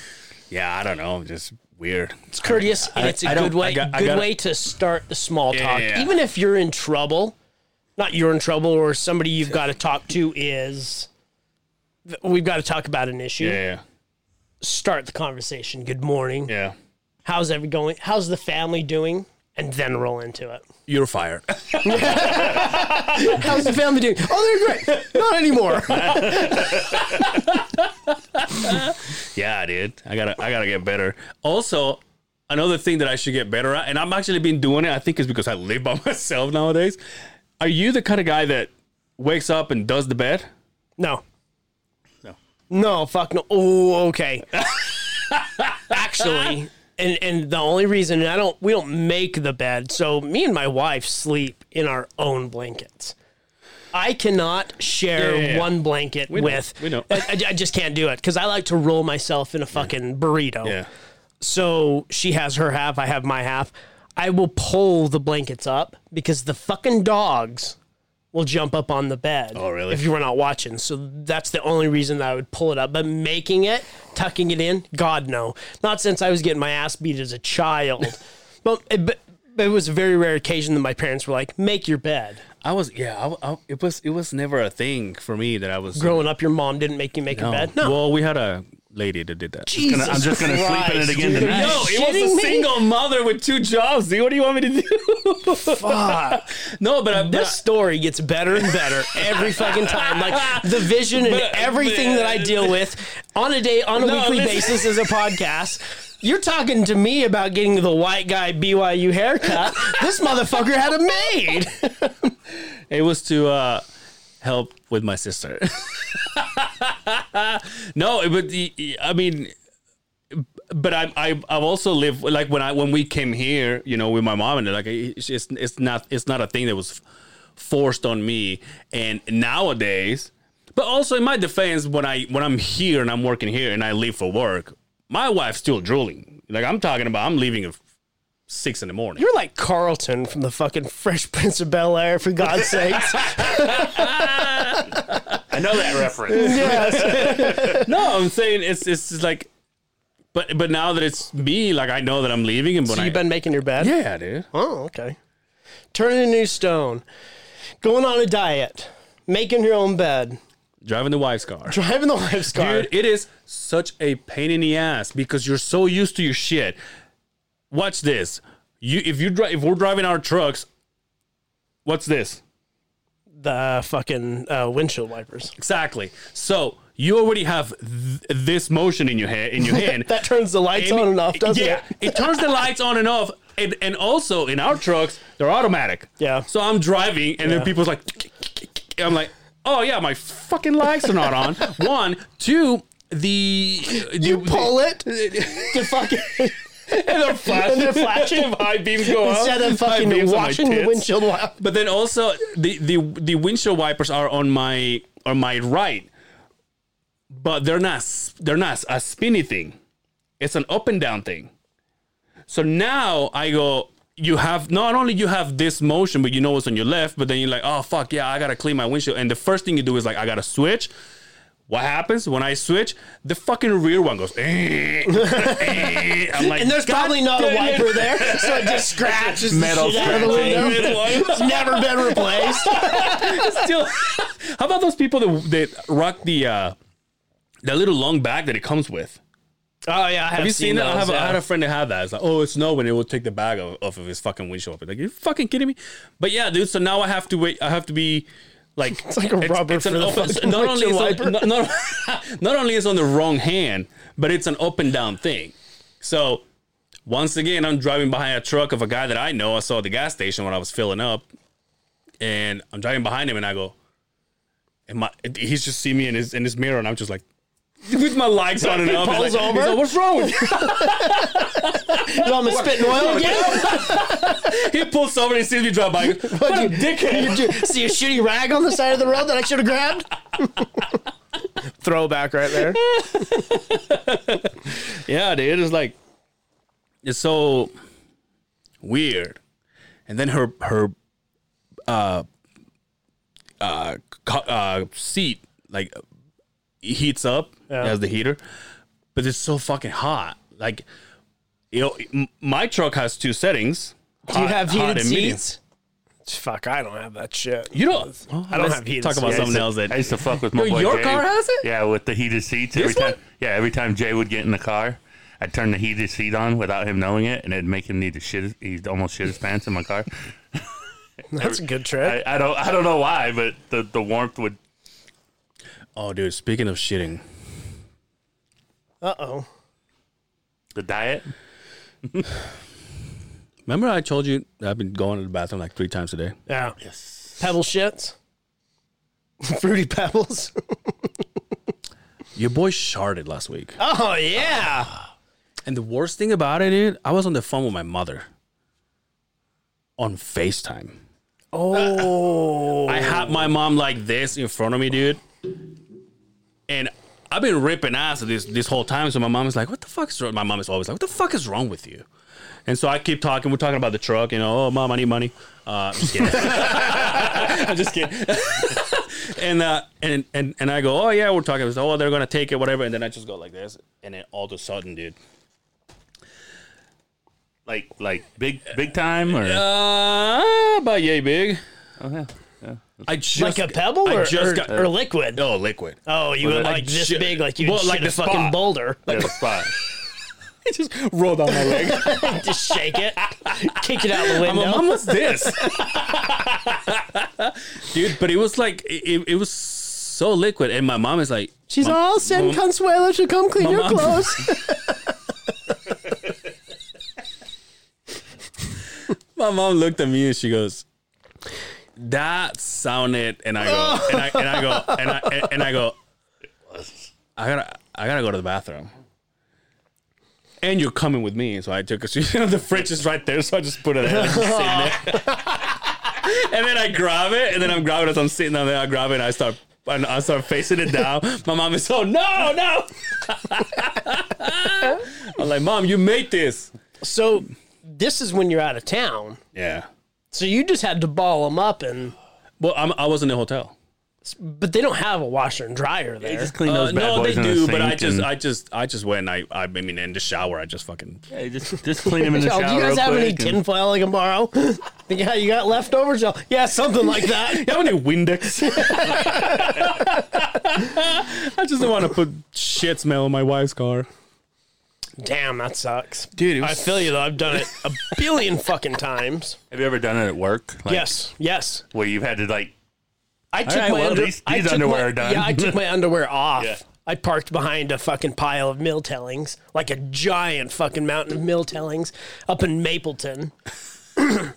S3: yeah, I don't know, I'm just weird.
S2: It's courteous and it's a
S4: I don't-
S2: good way,
S3: I got- I
S2: good
S3: gotta-
S2: way to start the small
S3: Yeah,
S2: talk.
S3: yeah, yeah.
S2: Even if you're in trouble, not you're in trouble or somebody you've got to talk to is, we've got to talk about an issue.
S3: Yeah,
S2: Start the conversation. Good morning.
S3: yeah.
S2: How's every going? How's the family doing? And then roll into it.
S3: You're fired.
S2: How's the family doing? Oh, they're great. Not anymore.
S3: yeah, I did. I gotta, I gotta get better. Also, another thing that I should get better at, and I'm actually been doing it. I think is because I live by myself nowadays. Are you the kind of guy that wakes up and does the bed?
S2: No. No. No, fuck no. Oh, okay. Actually, and and the only reason and I don't we don't make the bed, so me and my wife sleep in our own blankets. I cannot share
S3: Yeah, yeah, yeah.
S2: one blanket
S3: know,
S2: with.
S3: we know.
S2: I, I- I just can't do it because I like to roll myself in a fucking
S3: Oh.
S2: burrito. So she has her half, I have my half. I will pull the blankets up because the fucking dogs will jump up on the bed.
S3: Oh, really?
S2: If you were not watching. So that's the only reason that I would pull it up. But making it, tucking it in, God, no. Not since I was getting my ass beat as a child. but, but, but it was a very rare occasion that my parents were like, make your bed.
S3: I was yeah. I, I- it was it was never a thing for me that I was
S2: Growing up, your mom didn't make you make a bed? No.
S3: Well, we had a lady that did that.
S2: Jesus
S4: I'm just gonna sleep in it
S2: Christ,
S4: again
S2: dude.
S4: tonight.
S2: Are you
S3: No, it was
S2: shitting
S3: a
S2: me?
S3: single mother with two jobs. Dude, what do you want me to do?
S2: Fuck.
S3: no, but I,
S2: this story gets better and better every fucking time. Like the vision and
S3: But-
S2: everything that I deal with on a day on a
S3: No,
S2: weekly
S3: listen-
S2: basis as a podcast You're talking to me about getting the white guy BYU haircut. this motherfucker had a maid.
S3: It was to uh, help with my sister. no, it would. I mean, but I, I, I've also lived like when I when we came here, you know, with my mom and like it's it's it's not it's not a thing that was forced on me. And nowadays, but also in my defense, when I when I'm here and I'm working here and I leave for work, my wife's still drooling. Like I'm talking about, I'm leaving at six in the morning.
S2: You're like Carlton from the fucking Fresh Prince of Bel Air, for God's sakes.
S4: I know that reference.
S3: No, I'm saying it's it's just like, but but now that it's me, like I know that I'm leaving, and when
S2: So
S3: I
S2: you've been making your bed?
S3: yeah, dude,
S2: Oh, okay. Turning a new stone, going on a diet, making your own bed,
S3: driving the wife's car,
S2: driving the wife's car.
S3: dude, it is such a pain in the ass because you're so used to your shit. Watch this. You if you drive if we're driving our trucks, what's this?
S2: The fucking uh, windshield wipers.
S3: Exactly. So you already have th- this motion in your head in your hand.
S2: That turns the lights
S3: Amy-
S2: on and off, doesn't
S3: yeah,
S2: it?
S3: turns the lights on and off. And, and also in our trucks, they're automatic.
S2: Yeah.
S3: So I'm driving, and then people's like, I'm like, oh yeah, my fucking lights are not on. One, two, the
S2: You
S3: the-
S2: pull it to fucking
S3: and they're flashing,
S2: And they're flashing.
S3: high beams go up.
S2: instead of
S3: High
S2: fucking
S3: beams on my
S2: washing the
S3: tits.
S2: windshield wiper.
S3: But then also the the the windshield wipers are on my on my right, but they're not s- they're not a spinny thing. It's an up and down thing. So now I go. You have not only you have this motion, but you know what's on your left. But then you're like, oh fuck yeah, I gotta clean my windshield. And the first thing you do is like, I gotta switch. What happens when I switch? The fucking rear one goes. "Eh, eh." I'm like,
S2: And there's
S3: "God
S2: probably not a
S3: damn it."
S2: wiper there, so it just scratches
S4: Metal
S2: the shit out of the
S4: scratching.
S2: window.
S3: It's
S2: Never been replaced.
S3: still how about those people that that rock the uh that little long bag that it comes with
S2: Oh yeah, I have,
S3: have you seen, uh, that I, have a, I
S2: yeah.
S3: had a friend that had that it's like oh it's no when it will take the bag off, off of his fucking windshield like you fucking kidding me but yeah dude so now i have to wait i have to be like it's
S2: like a rubber
S3: it's an
S2: for the
S3: open-
S2: fucking
S3: not only
S2: windshield
S3: it's on, not,
S2: wiper.
S3: not, not only it's on the wrong hand but it's an up and down thing so once again, I'm driving behind a truck of a guy that I know. I saw at the gas station when I was filling up, and I'm driving behind him, and I go, "Am I?" He's just seen me in his in his mirror, and I'm just like, with my lights on and up. He's
S2: pulls
S3: like,
S2: over.
S3: he's like, What's wrong? With you?
S2: You want me spitting oil again?
S3: he pulls over and he sees me drive by. He goes, What a dickhead!
S2: You see a shitty rag on the side of the road that I should have grabbed? Throwback right there.
S3: Yeah, dude, it's like it's so weird. And then her her uh uh, co- uh seat like it heats up as the heater, but it's so fucking hot. Like you know, m- my truck has two settings.
S2: Do you have heated
S3: and medium.
S2: seats? Fuck, I don't have that shit.
S3: You don't.
S2: I don't have heated
S3: Talk about
S2: seats.
S3: something
S4: I
S3: else
S4: used to- I
S3: that.
S4: used to fuck with my
S3: Yo,
S4: boy
S3: your
S4: Jay.
S3: car has it?
S4: Yeah, with the heated seats.
S3: This
S4: every time,
S3: one?
S4: yeah, every time Jay would get in the car, I'd turn the heated seat on without him knowing it, and it'd make him need to shit. His, he'd almost shit his pants in my car.
S2: That's a good trick.
S4: I, I don't, I don't know why, but the, the warmth would.
S3: Oh, dude. Speaking of shitting,
S2: Uh oh.
S4: The diet.
S3: remember I told you that I've been going to the bathroom like three times a day.
S2: Yeah. Yes. Pebble shits. Fruity pebbles.
S3: Your boy sharded last week.
S2: Oh yeah.
S3: And the worst thing about it, dude, I was on the phone with my mother on FaceTime.
S2: Oh.
S3: I had my mom like this in front of me, dude. And I've been ripping ass this this whole time. So my mom is like, "What the fuck is wrong?" My mom is always like, "What the fuck is wrong with you?" And so I keep talking. We're talking about the truck, you know. Oh, mom, I need money. Uh, I'm just kidding. I'm just kidding. and uh, and and and I go, "Oh yeah, we're talking." It's, oh, they're gonna take it, whatever. And then I just go like this, and then all of a sudden, dude.
S4: Like, like big, big time, or
S3: Uh, about yay big.
S4: oh, yeah.
S3: I just
S2: like a pebble
S3: I
S2: or,
S3: just
S2: or,
S3: got-
S2: or liquid?
S3: oh liquid.
S2: Oh, you went
S3: like
S2: like this
S3: shit-
S2: big, like you
S3: well,
S2: shit
S3: like
S2: a
S3: the
S2: fucking
S3: spot.
S2: boulder.
S4: Yeah, the spot.
S3: It just rolled down my leg.
S2: Just shake it, kick it out the
S3: I'm
S2: window.
S3: like, mom, what's this, dude? But it was like it, it- it was so liquid, and my mom is like,
S2: She's all send Consuelo to come clean
S3: Mom-
S2: clothes.
S3: My mom looked at me and she goes, "That sounded," and I go, and I, and I go, and I and, and I go, I gotta, I gotta go to the bathroom. And you're coming with me, so I took a seat. the fridge is right there, so I just put it there, like, sitting there. and then I grab it, and then I'm grabbing it as I'm sitting down there. I grab it, and I start, and I start facing it down. My mom is, "Oh no, no!" I'm like, "Mom, you made this."
S2: So this is when you're out of town.
S3: Yeah.
S2: So you just had to ball them up and.
S3: Well, I'm, I was in the hotel.
S2: But they don't have a washer and dryer there.
S4: They just clean those
S3: Uh,
S4: bad
S3: no, they
S4: boys in the
S3: do, but I
S4: sink
S3: just,
S4: and-
S3: I just, I just went. I, I mean, in the shower, I just fucking.
S4: Hey, just, just clean them in the
S2: Y'all,
S4: shower.
S2: do you guys
S4: real
S2: have any
S4: quick and-
S2: tinfoil I can borrow? Think how you got leftovers? Y'all? Yeah, something like that.
S3: You have any Windex? I just don't want to put shit smell in my wife's car.
S2: Damn, that sucks.
S3: Dude, it
S2: I
S3: was-
S2: feel you though. I've done it a billion fucking times.
S4: Have you ever done it at work? Like,
S2: yes, yes.
S4: Where you've had to like,
S2: I took
S4: right,
S2: my
S4: well,
S2: under-
S4: these-
S2: I took
S4: these
S2: my-
S4: underwear are done.
S2: Yeah, I took my underwear off.
S4: Yeah.
S2: I parked behind a fucking pile of mill tellings, like a giant fucking mountain of mill tellings up in Mapleton.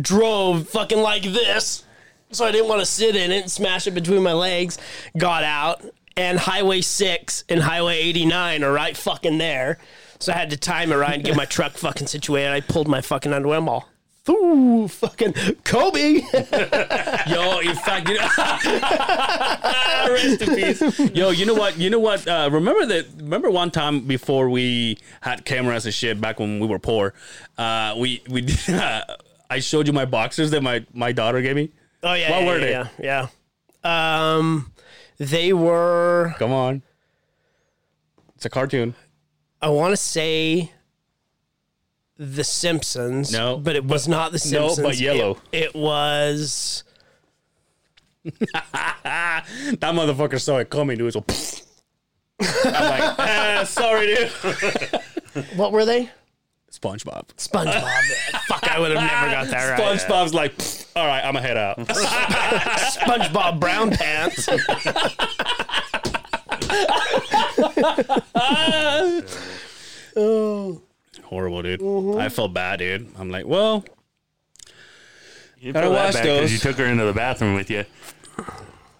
S2: Drove fucking like this. So I didn't want to sit in it and smash it between my legs. Got out, and Highway 6 and Highway 89 are right fucking there. So I had to time it right and get my truck fucking situated. I pulled my fucking underwear. I'm all, Ooh, fucking Kobe.
S3: Yo, in fact, you know, rest in peace. Yo, you know what? You know what? Uh, remember that? Remember one time before we had cameras and shit back when we were poor. Uh, we we I showed you my boxers that my my daughter gave me.
S2: Oh yeah.
S3: What
S2: yeah,
S3: were
S2: yeah, Yeah. yeah. Um, they were.
S3: Come on, it's a cartoon.
S2: I want to say. The Simpsons.
S3: No,
S2: but it was not The
S3: no, but
S2: Simpsons. It-
S3: yellow.
S2: It, was.
S3: That motherfucker saw it coming, dude. So I'm like, "Ah, sorry, dude.
S2: What were they?
S3: SpongeBob.
S2: SpongeBob. Fuck! I would have never got that right.
S3: SpongeBob's like, all right, I'm gonna head out.
S2: SpongeBob Brown Pants.
S3: Horrible, dude.
S2: Mm-hmm.
S3: I felt bad, dude. I'm like, well,
S4: you
S3: Gotta
S4: feel that
S3: wash
S4: bad 'cause
S3: those.
S4: You took her into the bathroom with you.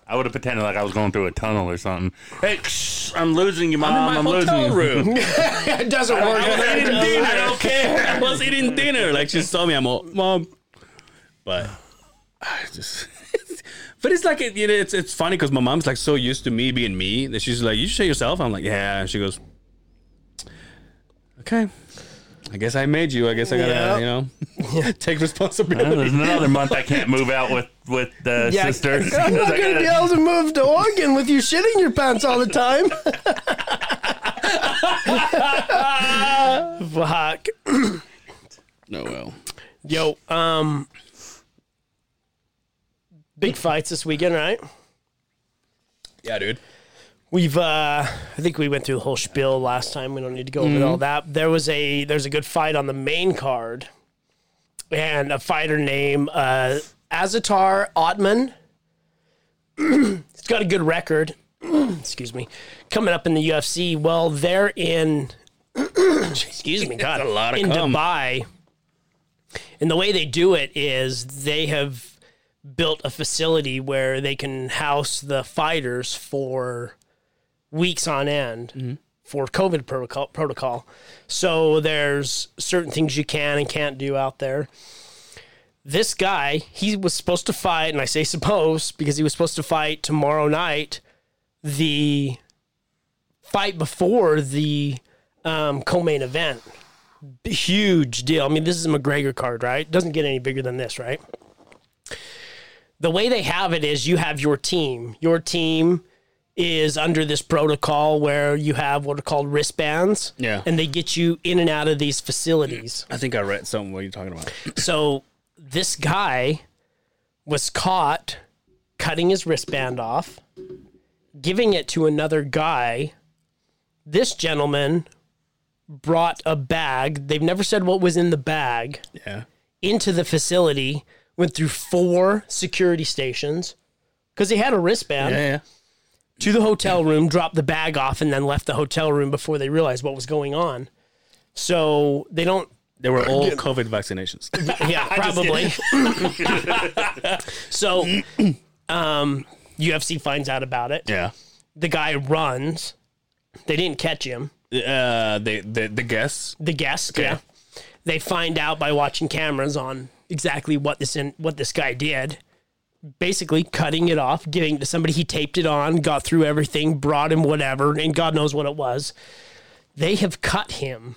S4: I would have pretended like I was going through a tunnel or something. Hey, shh, I'm losing you, mom. I'm,
S3: I'm in my
S4: losing
S3: hotel
S4: you.
S3: room.
S2: it doesn't work.
S3: I was eating dinner.
S2: I
S3: I
S2: don't
S3: care. I was eating dinner. Like she saw me. I'm all, mom. But I just. But it's like it, you know, it's it's funny because my mom's like so used to me being me that she's like, "You show yourself." I'm like, "Yeah." And she goes, "Okay, I guess I made you. I guess I gotta,
S2: Yeah.
S3: you know, take
S4: Well,
S3: responsibility."
S4: There's another month I can't move out with with the
S2: Yeah,
S4: sister.
S2: I'm not
S4: I
S2: going to
S4: gotta-
S3: uh,
S2: be able to move to Oregon with you shitting your pants all the time. Fuck.
S3: No, well,
S2: Yo, um, big fights this weekend, right?
S3: yeah, dude.
S2: We've, uh, I think we went through the whole spiel last time. We don't need to go over all that. There was a, there's a good fight on the main card, and a fighter named uh, Azatar Otman. He's got a good record. Excuse me, coming up in the UFC. Well, they're in. excuse me, God,
S3: a lot of
S2: in
S3: cum.
S2: Dubai. And the way they do it is they have built a facility where they can house the fighters for weeks on end
S3: Mm-hmm.
S2: for COVID protocol, protocol. So there's certain things you can and can't do out there. This guy, he was supposed to fight, and I say supposed because he was supposed to fight tomorrow night. The fight before the um, co-main event, B- huge deal. I mean, this is a McGregor card, right? Doesn't get any bigger than this, right? the way they have it is you have your team. Your team is under this protocol where you have what are called wristbands.
S3: Yeah.
S2: And they get you in and out of these facilities.
S3: I think I read something. What are you talking about?
S2: so this guy was caught cutting his wristband off, giving it to another guy. This gentleman brought a bag. They've never said what was in the bag
S3: Yeah.
S2: into the facility, went through four security stations because he had a wristband
S3: yeah.
S2: to the hotel room, dropped the bag off, and then left the hotel room before they realized what was going on. So they don't
S3: They were all COVID vaccinations.
S2: yeah, probably. so, um, UFC finds out about it.
S3: yeah.
S2: The guy runs. They didn't catch him.
S3: Uh, they, they, the guests.
S2: The guest,
S3: Okay.
S2: yeah. They find out by watching cameras on exactly what this in, what this guy did. Basically, cutting it off, giving it to somebody. He taped it on, got through everything, brought him whatever, and God knows what it was. They have cut him,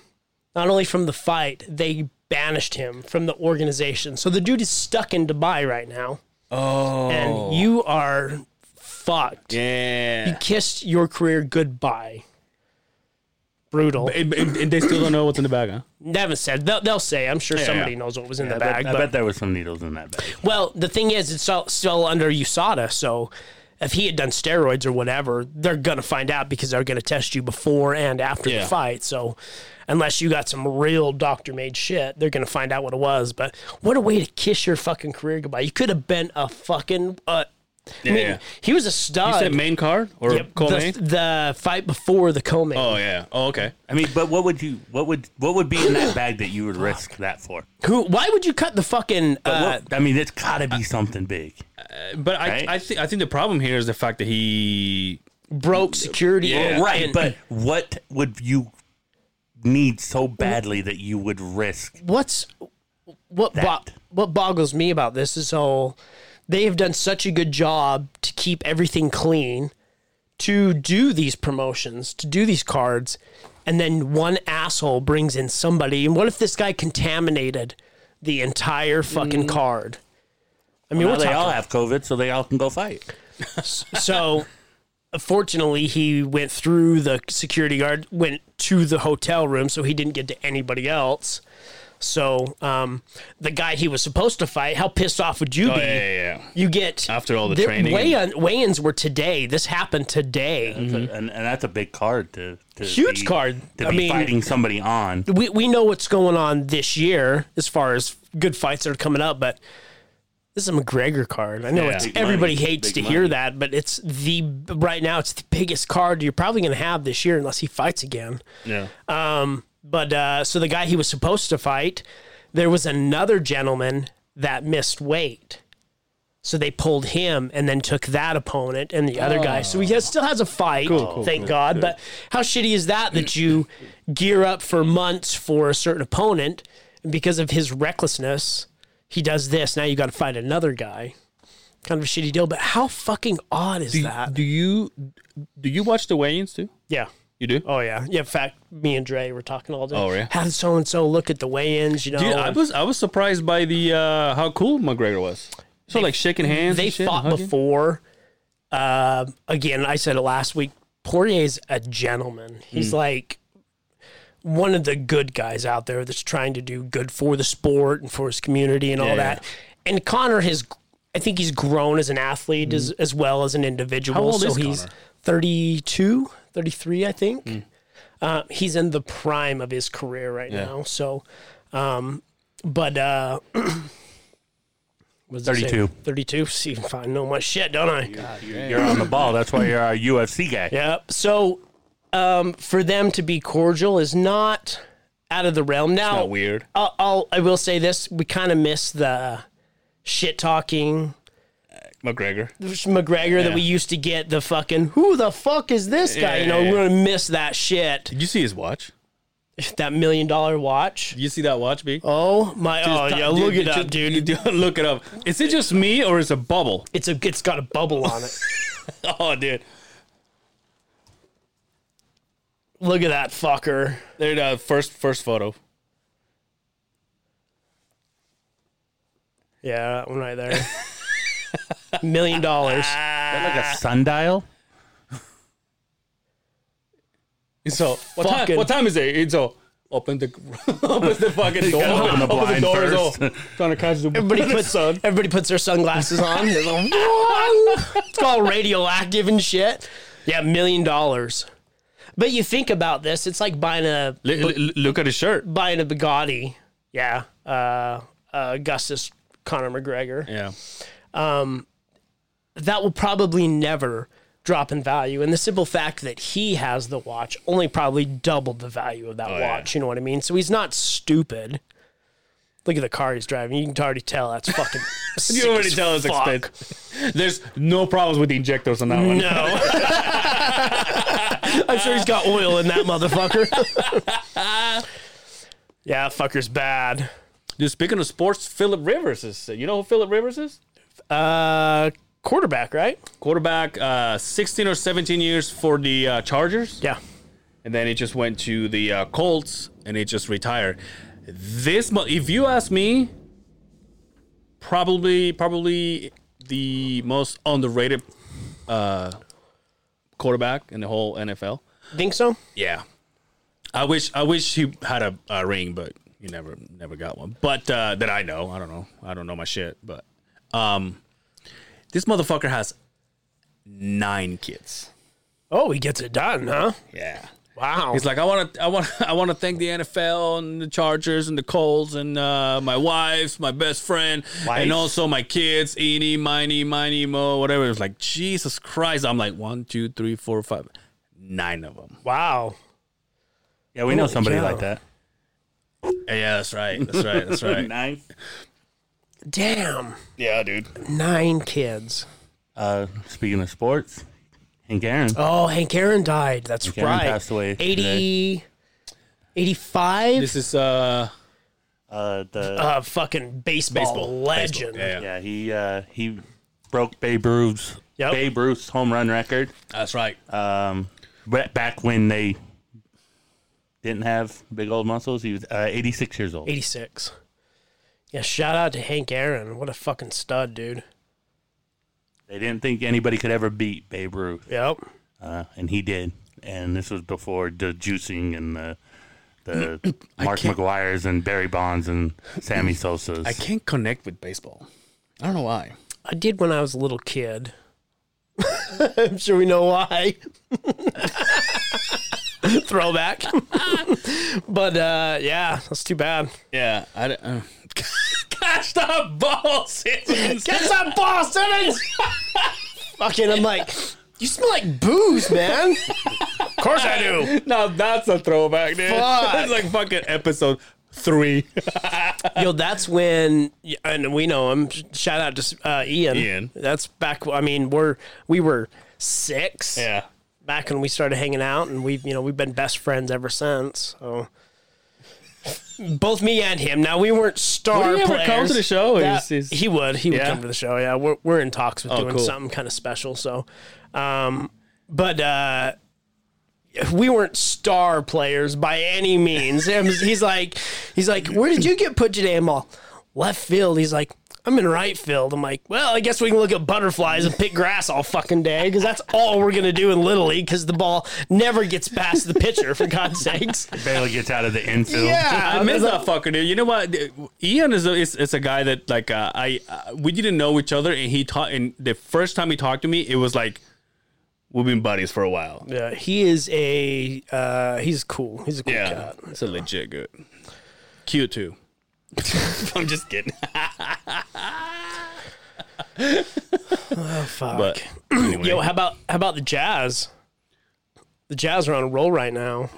S2: not only from the fight, they banished him from the organization. So the dude is stuck in Dubai right now.
S3: Oh.
S2: and you are fucked.
S3: yeah.
S2: Kissed your career goodbye. Brutal.
S3: And, and- and they still don't know what's in the bag, huh?
S2: They haven't said. They'll, they'll say. I'm sure
S3: Yeah,
S2: somebody
S3: yeah.
S2: knows what was in
S4: I
S2: the
S4: bet-
S2: bag.
S4: I
S2: but,
S4: bet there was some needles in that bag.
S2: well, the thing is, it's all, still under USADA. So if he had done steroids or whatever, they're gonna find out because they're gonna test you before and after
S3: Yeah.
S2: the fight. So unless you got some real doctor made shit, they're gonna find out what it was. But what a way to kiss your fucking career goodbye. You could have been a fucking. Uh, I mean,
S3: yeah.
S2: he was a stud.
S3: You said main card or
S2: Yep,
S3: co-main?
S2: The, the fight before the co-main.
S3: oh, yeah. Oh, okay.
S4: I mean, but what would you? What would? What would be in that bag that you would risk that for?
S2: Who? Why would you cut the fucking? Uh,
S4: What- I mean, it's got to be something big.
S3: But I,
S4: Right?
S3: I, thi- I think the problem here is the fact that he
S2: broke security.
S3: Yeah.
S2: and-
S4: Right,
S2: and
S4: but what would you need so badly that you would risk?
S2: what's what? Bo-
S4: That.
S2: what boggles me about this is all they have done such a good job to keep everything clean, to do these promotions, to do these cards, and then one asshole brings in somebody. And what if this guy contaminated the entire fucking card? I mean,
S4: Mm. Well,
S2: we're
S4: they
S2: talking-
S4: all have COVID, so they all can go fight.
S2: So, fortunately, he went through the security guard, went to the hotel room, so he didn't get to anybody else. So, um, the guy he was supposed to fight, how pissed off would you be?
S3: Oh, yeah.
S2: You get
S3: After all the
S2: their
S3: training
S2: weigh-in- weigh-ins were today. This happened today.
S4: And, and that's a big card to, to
S2: Huge
S4: be-
S2: card.
S4: to
S2: I
S4: be
S2: mean-
S4: fighting somebody on.
S2: we, we know what's going on this year as far as good fights that are coming up, but this is a McGregor card. I know
S3: Yeah.
S2: it's
S4: Big money.
S2: everybody hates
S4: Big
S2: to hear
S4: money.
S2: that, but it's the right now it's the biggest card you're probably going to have this year unless he fights again.
S3: Yeah.
S2: Um, but uh, so the guy he was supposed to fight, there was another gentleman that missed weight. So they pulled him and then took that opponent and the other guy. So he has, still has a fight, thank God. But how shitty is that that you gear up for months for a certain opponent and because of his recklessness, he does this. Now you got to fight another guy. Kind of a shitty deal. But how fucking odd is that?
S3: Do you do you watch the weigh-ins too?
S2: yeah.
S3: You do?
S2: Oh yeah, yeah. In fact, me and Dre were talking all day.
S3: Oh, yeah?
S2: How did so and so look at the weigh-ins? You know,
S3: Dude, I was I was surprised by the uh, how cool McGregor was. So like shaking hands.
S2: they
S3: and shit and
S2: fought
S3: hugging.
S2: before. Uh, again, I said it last week. Poirier's a gentleman. He's
S3: Hmm.
S2: like one of the good guys out there that's trying to do good for the sport and for his community and all
S3: Yeah. Hmm.
S2: that. And Connor has, I think he's grown as an athlete as, as well as an individual.
S3: How old
S2: so
S3: is
S2: he's
S3: Connor? Hmm.
S2: 32, 33, I think. Uh, he's in the prime of his career right now. So, um, but uh, was
S4: 32.
S2: 32. See, if I know my shit, don't I?
S4: You're on the ball. That's why you're a UFC guy.
S2: Yep. So, um, for them to be cordial is not out of the realm. Now,
S3: Not weird.
S2: I'll, I'll I will say this: we kind of miss the shit talking
S3: McGregor.
S2: McGregor that we used to get. The fucking who the fuck is this guy? you know,
S3: Yeah.
S2: we're gonna miss that shit.
S3: Did you see his watch?
S2: That million dollar watch.
S3: Did you see that watch, B?
S2: Oh my! oh
S3: Just-
S2: yeah, look it
S3: just-
S2: up, dude.
S3: Look it up. Is it just me or is it a bubble?
S2: It's a it's got a bubble on it.
S3: Oh, dude.
S2: look at that fucker.
S3: There, the first first photo.
S2: Yeah, that one right there. million dollars.
S4: Is that like a sundial?
S3: So what
S2: Fucking-
S3: time? What time is it? It's all open the open the fucking door.
S4: gotta open the blind
S3: door, it's
S4: first.
S3: all trying to catch the
S2: Everybody puts
S3: sun.
S2: everybody puts their sunglasses on. They're like, "Whoa." it's called radioactive and shit. Yeah, million dollars. But you think about this, it's like buying a
S3: Look, look at his shirt.
S2: buying a Bugatti. Yeah, uh, uh, Augustus Conor McGregor.
S3: Yeah.
S2: that will probably never drop in value. And the simple fact that he
S3: Oh,
S2: has the watch only probably doubled the value of that watch. You know what I mean? So he's not stupid. Look at the car he's driving. You can already tell that's fucking. sick
S3: You already
S2: as
S3: tell us
S2: fuck.
S3: expensive. There's no problems with the injectors on that one.
S2: No. I'm sure he's got oil in that motherfucker. yeah, fucker's bad.
S3: Dude, speaking of sports, Philip Rivers is. You know who Philip Rivers is?
S2: Uh, quarterback, right?
S3: Quarterback, uh, 16 or 17 years for the uh, Chargers.
S2: Yeah.
S3: and then it just went to the uh, Colts, and it just retired. This, mo- if you ask me, probably probably the most underrated uh, quarterback in the whole NFL.
S2: Think so?
S3: Yeah, I wish I wish he had a, a ring, but you never never got one. But uh, that I know, I don't know, I don't know my shit. But um, this motherfucker has nine kids.
S2: Oh, he gets it done, huh?
S3: Yeah.
S2: Wow.
S3: He's like, I want to, I want, I want to thank the NFL and the Chargers and the Colts and uh, my wife's, my best friend,
S4: Wife?
S3: and also my kids, Eeny, Miney, Miney, Mo, whatever. It's like Jesus Christ. I'm like one, two, three, four, five, nine of them.
S2: wow.
S4: Yeah, we know
S2: Holy
S4: somebody
S2: cow.
S4: like that.
S3: Yeah, that's right. That's right. That's right.
S4: Nine.
S2: Damn.
S3: yeah, dude.
S2: Nine kids.
S4: Uh, speaking of sports, Hank Aaron.
S2: Oh, Hank Aaron died. That's
S4: Aaron
S2: right.
S4: passed away
S2: 80, 85?
S3: This is uh,
S4: Uh, the
S2: uh, fucking baseball,
S3: Baseball.
S2: legend.
S3: yeah, yeah,
S4: yeah, he uh, he broke Babe Ruth's
S2: Yep.
S4: Babe Ruth's home run record.
S3: that's right.
S4: Um, ba- back when they didn't have big old muscles, he was uh, 86 years old.
S2: 86. Yeah, shout out to Hank Aaron. What a fucking stud, dude.
S4: They didn't think anybody could ever beat Babe Ruth,
S2: Yep.
S4: uh, and he did. And this was before the juicing and the the Mark McGuire's and Barry Bonds and Sammy Sosa's.
S3: I can't connect with baseball. I don't know why.
S2: I did when I was a little kid. I'm sure we know why. Throwback. but uh, yeah, that's too bad.
S3: Yeah, I. don't- Uh, Gosh, the ball, Simmons.
S2: Get some ball, Simmons! fucking, I'm like, you smell like booze, man. of course I do.
S3: Now that's a throwback, dude.
S2: Fuck.
S3: It's like fucking episode three.
S2: Yo, that's when, and we know him. Shout out to uh, Ian.
S3: Ian.
S2: That's back. I mean, we're we were six
S3: Yeah.
S2: back when we started hanging out, and we've you know we've been best friends ever since. So. Both me and him. Now we weren't star
S3: Would he ever
S2: players.
S3: come to the show?
S2: That-
S3: Is- is-
S2: he would. He would
S3: Yeah?
S2: come to the show. Yeah, we're we're in talks with
S3: Oh,
S2: doing
S3: cool.
S2: something kind of special. So, um, but uh, we weren't star players by any means. Him- he's like, he's like, where did you get put today? I'm all left field. He's like, I'm in right field. I'm like, well, I guess we can look at butterflies and pick grass all fucking day because that's all we're gonna do in little league because the ball never gets past the pitcher for God's sakes.
S4: barely gets out of the infield.
S2: Yeah,
S3: I miss that fucker, dude. You know what? Ian is a, is, is a guy that like uh, I uh, we didn't know each other, and he taught. And the first time he talked to me, it was like we've been buddies for a while.
S2: Yeah, he is a uh, he's cool. He's a cool cat.
S3: it's a legit good, cute too. I'm just kidding,
S2: Oh, Fuck.
S3: but anyway.
S2: Yo, how about how about the Jazz? The Jazz are on a roll right now.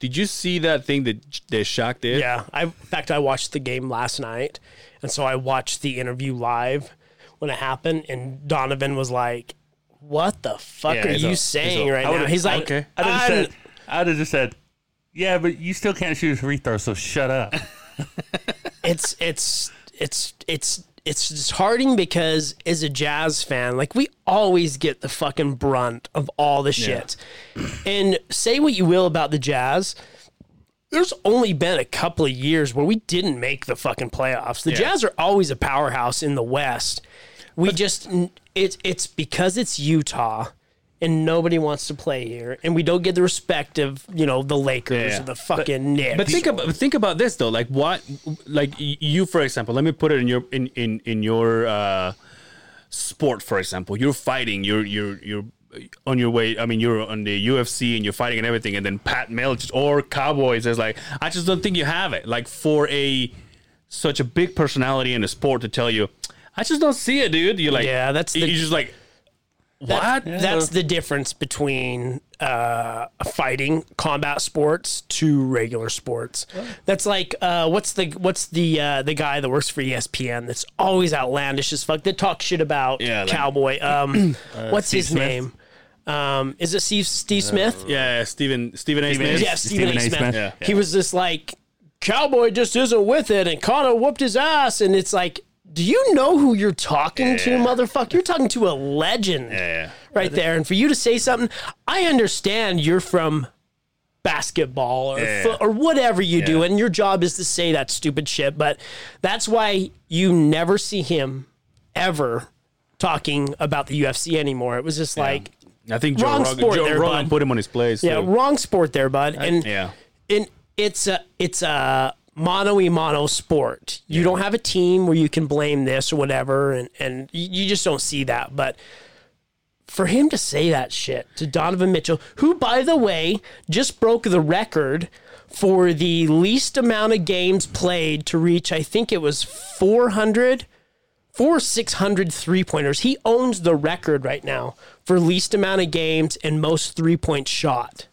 S3: did you see that thing that that Shaq did?
S2: Yeah, I in fact I watched the game last night, and so I watched the interview live when it happened, and Donovan was like, "What the fuck
S3: Yeah,
S2: are
S3: he's
S2: you
S3: a- he's
S2: saying
S4: a-
S2: right
S4: I
S2: now?"
S4: would've-
S2: He's like,
S3: okay.
S4: I'd have,
S2: "I'm-
S4: said, I'd have just said, yeah, but you still can't shoot a free throw, so shut up.
S2: it's it's it's it's it's disheartening because as a jazz fan, like we always get the fucking brunt of all the shit. and say what you will about the jazz, there's only been a couple of years where we didn't make the fucking playoffs. The jazz are always a powerhouse in the West. We just it's it's because it's Utah and nobody wants to play here and we don't get the respect of, you know, the Lakers
S3: Yeah.
S2: or the fucking Knicks.
S3: But think about think about this though. Like what? Like y- you, for example. Let me put it in your in in in your uh, sport, for example. You're fighting. You're you're you're on your way. I mean, you're on the UFC and you're fighting and everything. And then Pat Milch or Cowboys is like, I just don't think you have it. Like for a such a big personality in a sport to tell you, I just don't see it, dude. You're like,
S2: Yeah, that's the-
S3: you're just like, what?
S2: That's the difference between uh, fighting combat sports to regular sports. That's like uh, what's the what's the uh, the guy that works for ESPN that's always outlandish as fuck that talks shit about
S3: Yeah, like-
S2: cowboy. Um, what's
S4: Steve
S2: his
S4: Smith?
S2: name? Um, is it Steve Steve Smith?
S3: Yeah, Stephen Stephen A.
S4: Stephen
S3: Smith.
S2: Yeah, Stephen,
S4: Stephen
S2: A.
S4: A.
S2: Smith.
S4: Smith. Yeah.
S2: He was just like, Cowboy just isn't with it, and Connor whooped his ass, and it's like, do you know who you're talking to, motherfucker? You're talking to a legend
S3: yeah.
S2: right there. And for you to say something, I understand you're from basketball or foot or whatever you do, and your job is to say that stupid shit. But that's why you never see him ever talking about the UFC anymore. It was just like,
S3: I think Joe
S2: Wrong
S3: Rogan,
S2: sport
S3: Joe
S2: there,
S3: Rogan
S2: bud.
S3: put him on his place.
S2: yeah,
S3: too.
S2: wrong sport there, bud. And
S3: yeah.
S2: and it's a it's a mono y mono sport. You don't have a team where you can blame this or whatever, and and you you just don't see that. But for him to say that shit to Donovan Mitchell, who by the way just broke the record for the least amount of games played to reach, I think it was 400 four 600 three pointers. He owns the record right now for least amount of games and most three point shot.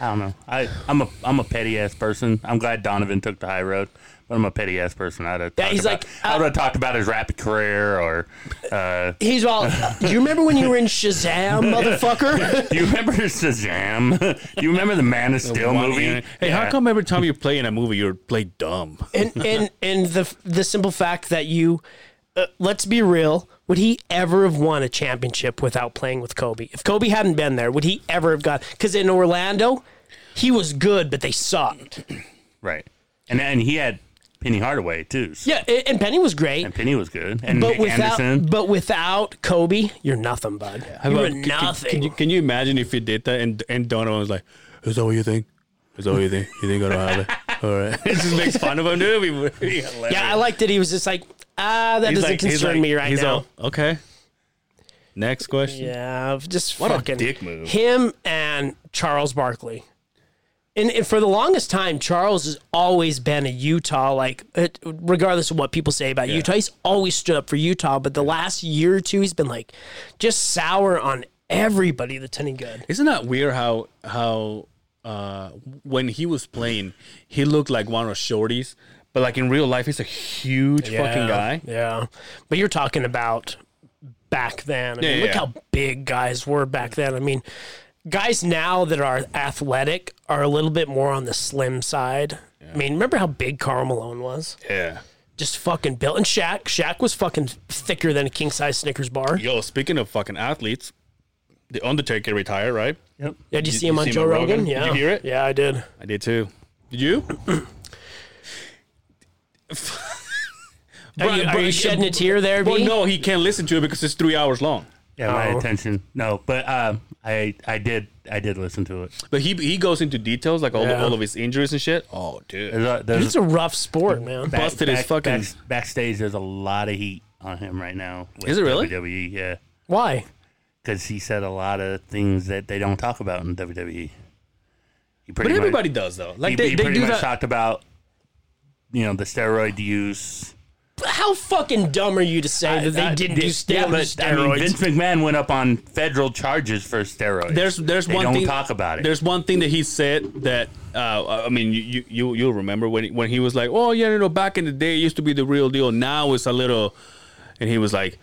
S4: I don't know. I, I'm a I'm a petty ass person. I'm glad Donovan took the high road, but I'm a petty ass person. I'd have talked
S2: he's
S4: about,
S2: like, uh,
S4: I would have talked about his rapid career or uh,
S2: He's all. Do you remember when you were in Shazam, motherfucker?
S4: Do you remember Shazam? Do you remember the Man of Steel
S3: One
S4: movie?
S3: ear- Hey,
S4: Yeah.
S3: how come every time you play in a movie, you're play dumb?
S2: and and and the the simple fact that you, uh, let's be real, would he ever have won a championship without playing with Kobe? If Kobe hadn't been there, would he ever have got? Because in Orlando, he was good, but they sucked.
S4: Right, and and he had Penny Hardaway too. so-
S2: Yeah, and, and Penny was great,
S4: and Penny was good, and
S2: but
S4: Nick
S2: without
S4: Anderson.
S2: but without Kobe, you're nothing, bud.
S3: How
S2: You're
S3: about- can-
S2: nothing.
S3: Can, you, can you imagine if he did that and and Donovan was like, "Is that what you think? Is that what you think? You think I don't have it? All right." it just makes fun of him, dude. It'd be- it'd be hilarious.
S2: yeah, I liked that he was just like, ah, that
S3: He's
S2: doesn't
S3: like- he's
S2: concern
S3: like-
S2: me right
S3: he's
S2: now.
S3: all, okay. Next question.
S2: Yeah, I've just
S3: What a
S2: fucking
S3: dick move.
S2: Him and Charles Barkley. And, and for the longest time, Charles has always been a Utah, like, it- regardless of what people say about Utah, he's always stood up for Utah. But the last year or two, he's been like just sour on everybody that's any good.
S3: Isn't that weird how how uh, when he was playing, he looked like one of shorties, but like in real life, he's a huge fucking guy.
S2: Yeah. But you're talking about back then. I mean,
S3: Yeah,
S2: look
S3: yeah.
S2: how big guys were back then. I mean, guys now that are athletic are a little bit more on the slim side. I mean, remember how big Carl Malone was?
S3: Yeah.
S2: Just fucking built. And Shaq, Shaq was fucking thicker than a king size Snickers bar.
S3: Yo, speaking of fucking athletes, the Undertaker retired, right?
S4: Yep.
S2: Yeah, did you,
S3: You-
S2: see him
S3: you
S2: on
S3: seen
S2: Joe
S3: him on
S2: Rogan?
S3: Rogan?
S2: Yeah.
S3: Did you hear it?
S2: Yeah, I did.
S3: I did too. Did you?
S2: Are you, are you shedding a tear there,
S3: Well,
S2: B?
S3: no, he can't listen to it because it's three hours long.
S4: Yeah, my
S2: Oh.
S4: attention. No, but um, I I did I did listen to it.
S3: But he he goes into details like all,
S2: Yeah.
S3: all of his injuries and shit. Oh, dude.
S4: There's a, there's
S2: It's a rough sport, man.
S4: back-
S3: busted his
S4: back-
S3: fucking-
S4: back- backstage. There's a lot of heat on him right now. with
S3: Is it really?
S4: WWE? Yeah,
S2: Why?
S4: because he said a lot of things that they don't talk about in WWE. He pretty
S3: But
S4: much-
S3: everybody does though. Like
S4: he,
S3: they,
S4: he
S3: they
S4: pretty
S3: do
S4: much
S3: that.
S4: talked about you know the steroid use.
S2: How fucking dumb are you to say that they
S4: I-
S2: didn't
S4: di-
S2: do steroids?
S4: yeah, but, I mean, Vince McMahon went up on federal charges for steroids.
S3: There's there's
S4: They
S3: one
S4: don't
S3: thing.
S4: talk about it.
S3: There's one thing that he said that uh, I mean you you you you'll remember when he, when he was like, oh yeah, you know, back in the day it used to be the real deal. Now it's a little, and he was like,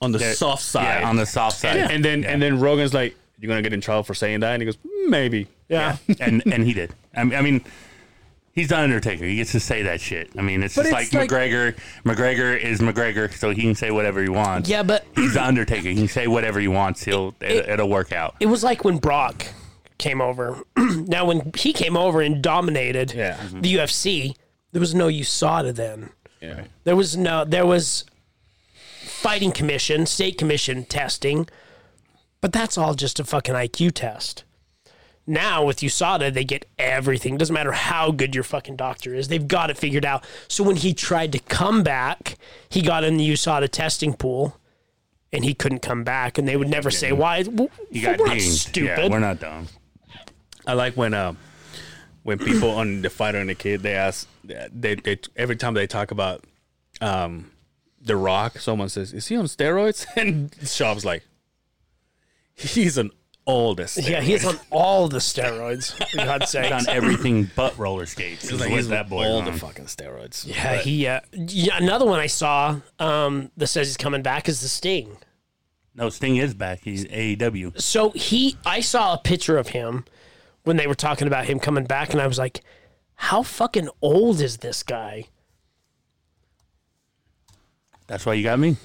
S3: on the
S4: There-
S3: soft side.
S4: yeah, on the soft side,
S3: And, and then
S4: Yeah.
S3: and then Rogan's like, you're gonna get in trouble for saying that, and he goes, maybe.
S2: yeah.
S4: and and he did. I mean, I mean, he's the Undertaker. He gets to say that shit. I mean, it's
S3: But
S4: just
S3: it's
S4: like,
S3: like-
S4: McGregor. McGregor is McGregor, so he can say whatever he wants.
S2: Yeah, but
S4: he's the Undertaker. He can say whatever he wants. He'll it, it'll work out.
S2: it was like when Brock came over. now, when he came over and dominated
S3: Yeah.
S2: the UFC, there was no USADA then. There was no, there was fighting commission, state commission testing, but that's all just a fucking IQ test. Now with USADA, they get everything. Doesn't matter how good your fucking doctor is, they've got it figured out. So when he tried to come back, he got in the USADA testing pool, and he couldn't come back. And they would never say why. Well,
S4: He got
S2: we're not
S4: dinged.
S2: stupid.
S4: Yeah, we're not dumb.
S3: I like when um when people on the fighter and the kid they ask they, they every time they talk about um the Rock, someone says, "Is he on steroids?" And Shop's like, "He's an all this.
S2: Yeah, he's on all the steroids. For God's
S4: He's
S2: sakes.
S4: on everything but roller skates. Is
S3: like
S4: what
S3: he's
S4: that boy.
S3: all
S4: on.
S3: the fucking steroids.
S2: Yeah, he. Uh, yeah, another one I saw um, that says he's coming back is the Sting.
S4: no, Sting is back. He's E AEW.
S2: So he, I saw a picture of him when they were talking about him coming back, and I was like, "How fucking old is this guy?"
S4: That's why you got me.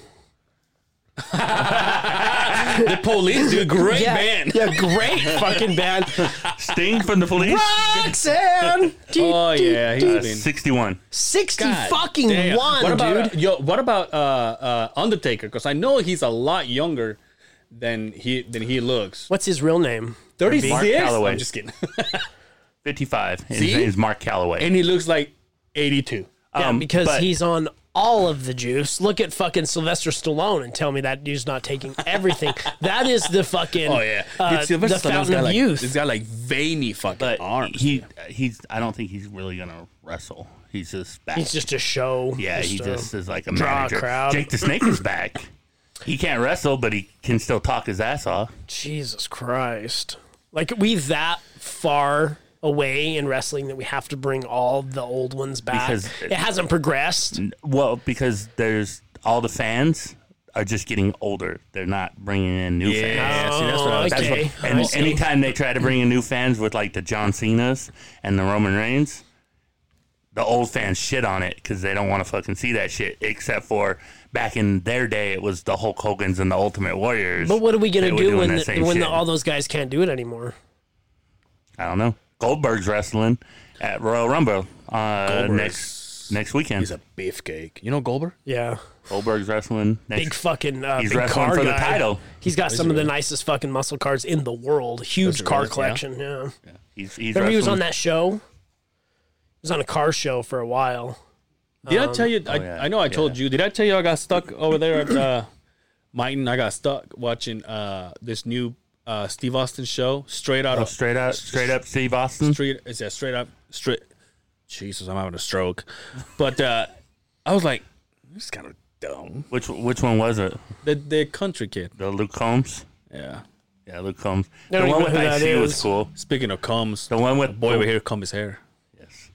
S3: the police, dude, great
S2: Yeah,
S3: man.
S2: yeah, great fucking band,
S4: Sting from the police.
S2: Roxanne.
S3: Oh yeah, he's
S4: Uh,
S3: been.
S4: Sixty-one.
S2: Sixty
S3: God
S2: fucking
S3: damn.
S2: one,
S3: what
S2: dude.
S3: about, Yo, what about uh, uh, Undertaker? Because I know he's a lot younger than he than he looks.
S2: What's his real name?
S3: Thirty six.
S4: Mark Calloway.
S3: I'm just kidding.
S4: 55. His
S3: See?
S4: name's Mark Calloway.
S3: and he looks like eighty two.
S2: Yeah,
S4: Um,
S2: because
S4: but
S2: he's on all of the juice. Look at fucking Sylvester Stallone and tell me that dude's not taking everything. that is the fucking
S3: Oh yeah,
S2: uh,
S3: Dude, Sylvester
S2: the
S3: Stallone's
S2: fountain
S3: got
S2: of
S3: like,
S2: youth.
S3: He's got like veiny fucking
S4: but
S3: arms.
S4: He he's. I don't think he's really gonna wrestle. He's just back.
S2: He's just a show.
S4: yeah. he
S2: uh,
S4: just is like a
S2: draw a
S4: manager.
S2: crowd.
S4: Jake the Snake is back. He can't wrestle, but he can still talk his ass off.
S2: Jesus Christ! Like are we that far away in wrestling that we have to bring all the old ones back.
S4: Because-
S2: it hasn't progressed.
S4: Well, because there's all the fans are just getting older. They're not bringing in new fans.
S3: yeah, see, that's what I was
S2: okay.
S3: thinking.
S4: And
S2: I see.
S4: anytime they try to bring in new fans with like the John Cena's and the Roman Reigns, the old fans shit on it because they don't want to fucking see that shit. Except for back in their day, it was the Hulk Hogan's and the Ultimate Warriors.
S2: but what are we
S4: They
S2: gonna
S4: were
S2: do
S4: doing
S2: when
S4: that
S2: the,
S4: same
S2: when the,
S4: shit.
S2: all those guys can't do it anymore?
S4: I don't know. Goldberg's wrestling at Royal Rumble uh,
S3: Goldberg's-
S4: next next weekend.
S3: He's a beefcake. You know Goldberg?
S2: Yeah,
S4: Goldberg's wrestling next.
S2: big fucking. Uh,
S4: he's
S2: big
S4: wrestling
S2: car
S4: for the
S2: guy.
S4: title.
S2: He's got some of the nicest fucking muscle cars in the world. Huge
S3: it
S2: car
S3: really? Yeah.
S2: collection. Yeah.
S4: He's, he's
S2: Remember he was
S4: wrestling-
S2: on that show? He was on a car show for a while.
S3: Did
S2: Um,
S3: I tell you? I,
S4: Oh, yeah,
S3: I know I told you. Did I tell you I got stuck over there at uh, Mighton? I got stuck watching uh, this new uh, Steve Austin show, straight out
S4: Oh,
S3: of
S4: straight up, straight up, Steve Austin.
S3: straight is that straight up straight Jesus, I'm having a stroke. But uh I was like, this is kind of dumb.
S4: Which which one was it?
S3: The the country kid.
S4: The Luke Combs.
S3: Yeah.
S4: Yeah, Luke Combs.
S2: I
S4: The
S2: don't
S4: one
S2: even
S4: with
S2: know who
S4: IC
S2: that
S4: was
S2: is.
S4: cool.
S3: Speaking of combs,
S4: The one with
S3: boy over here comb his hair.
S4: Yes.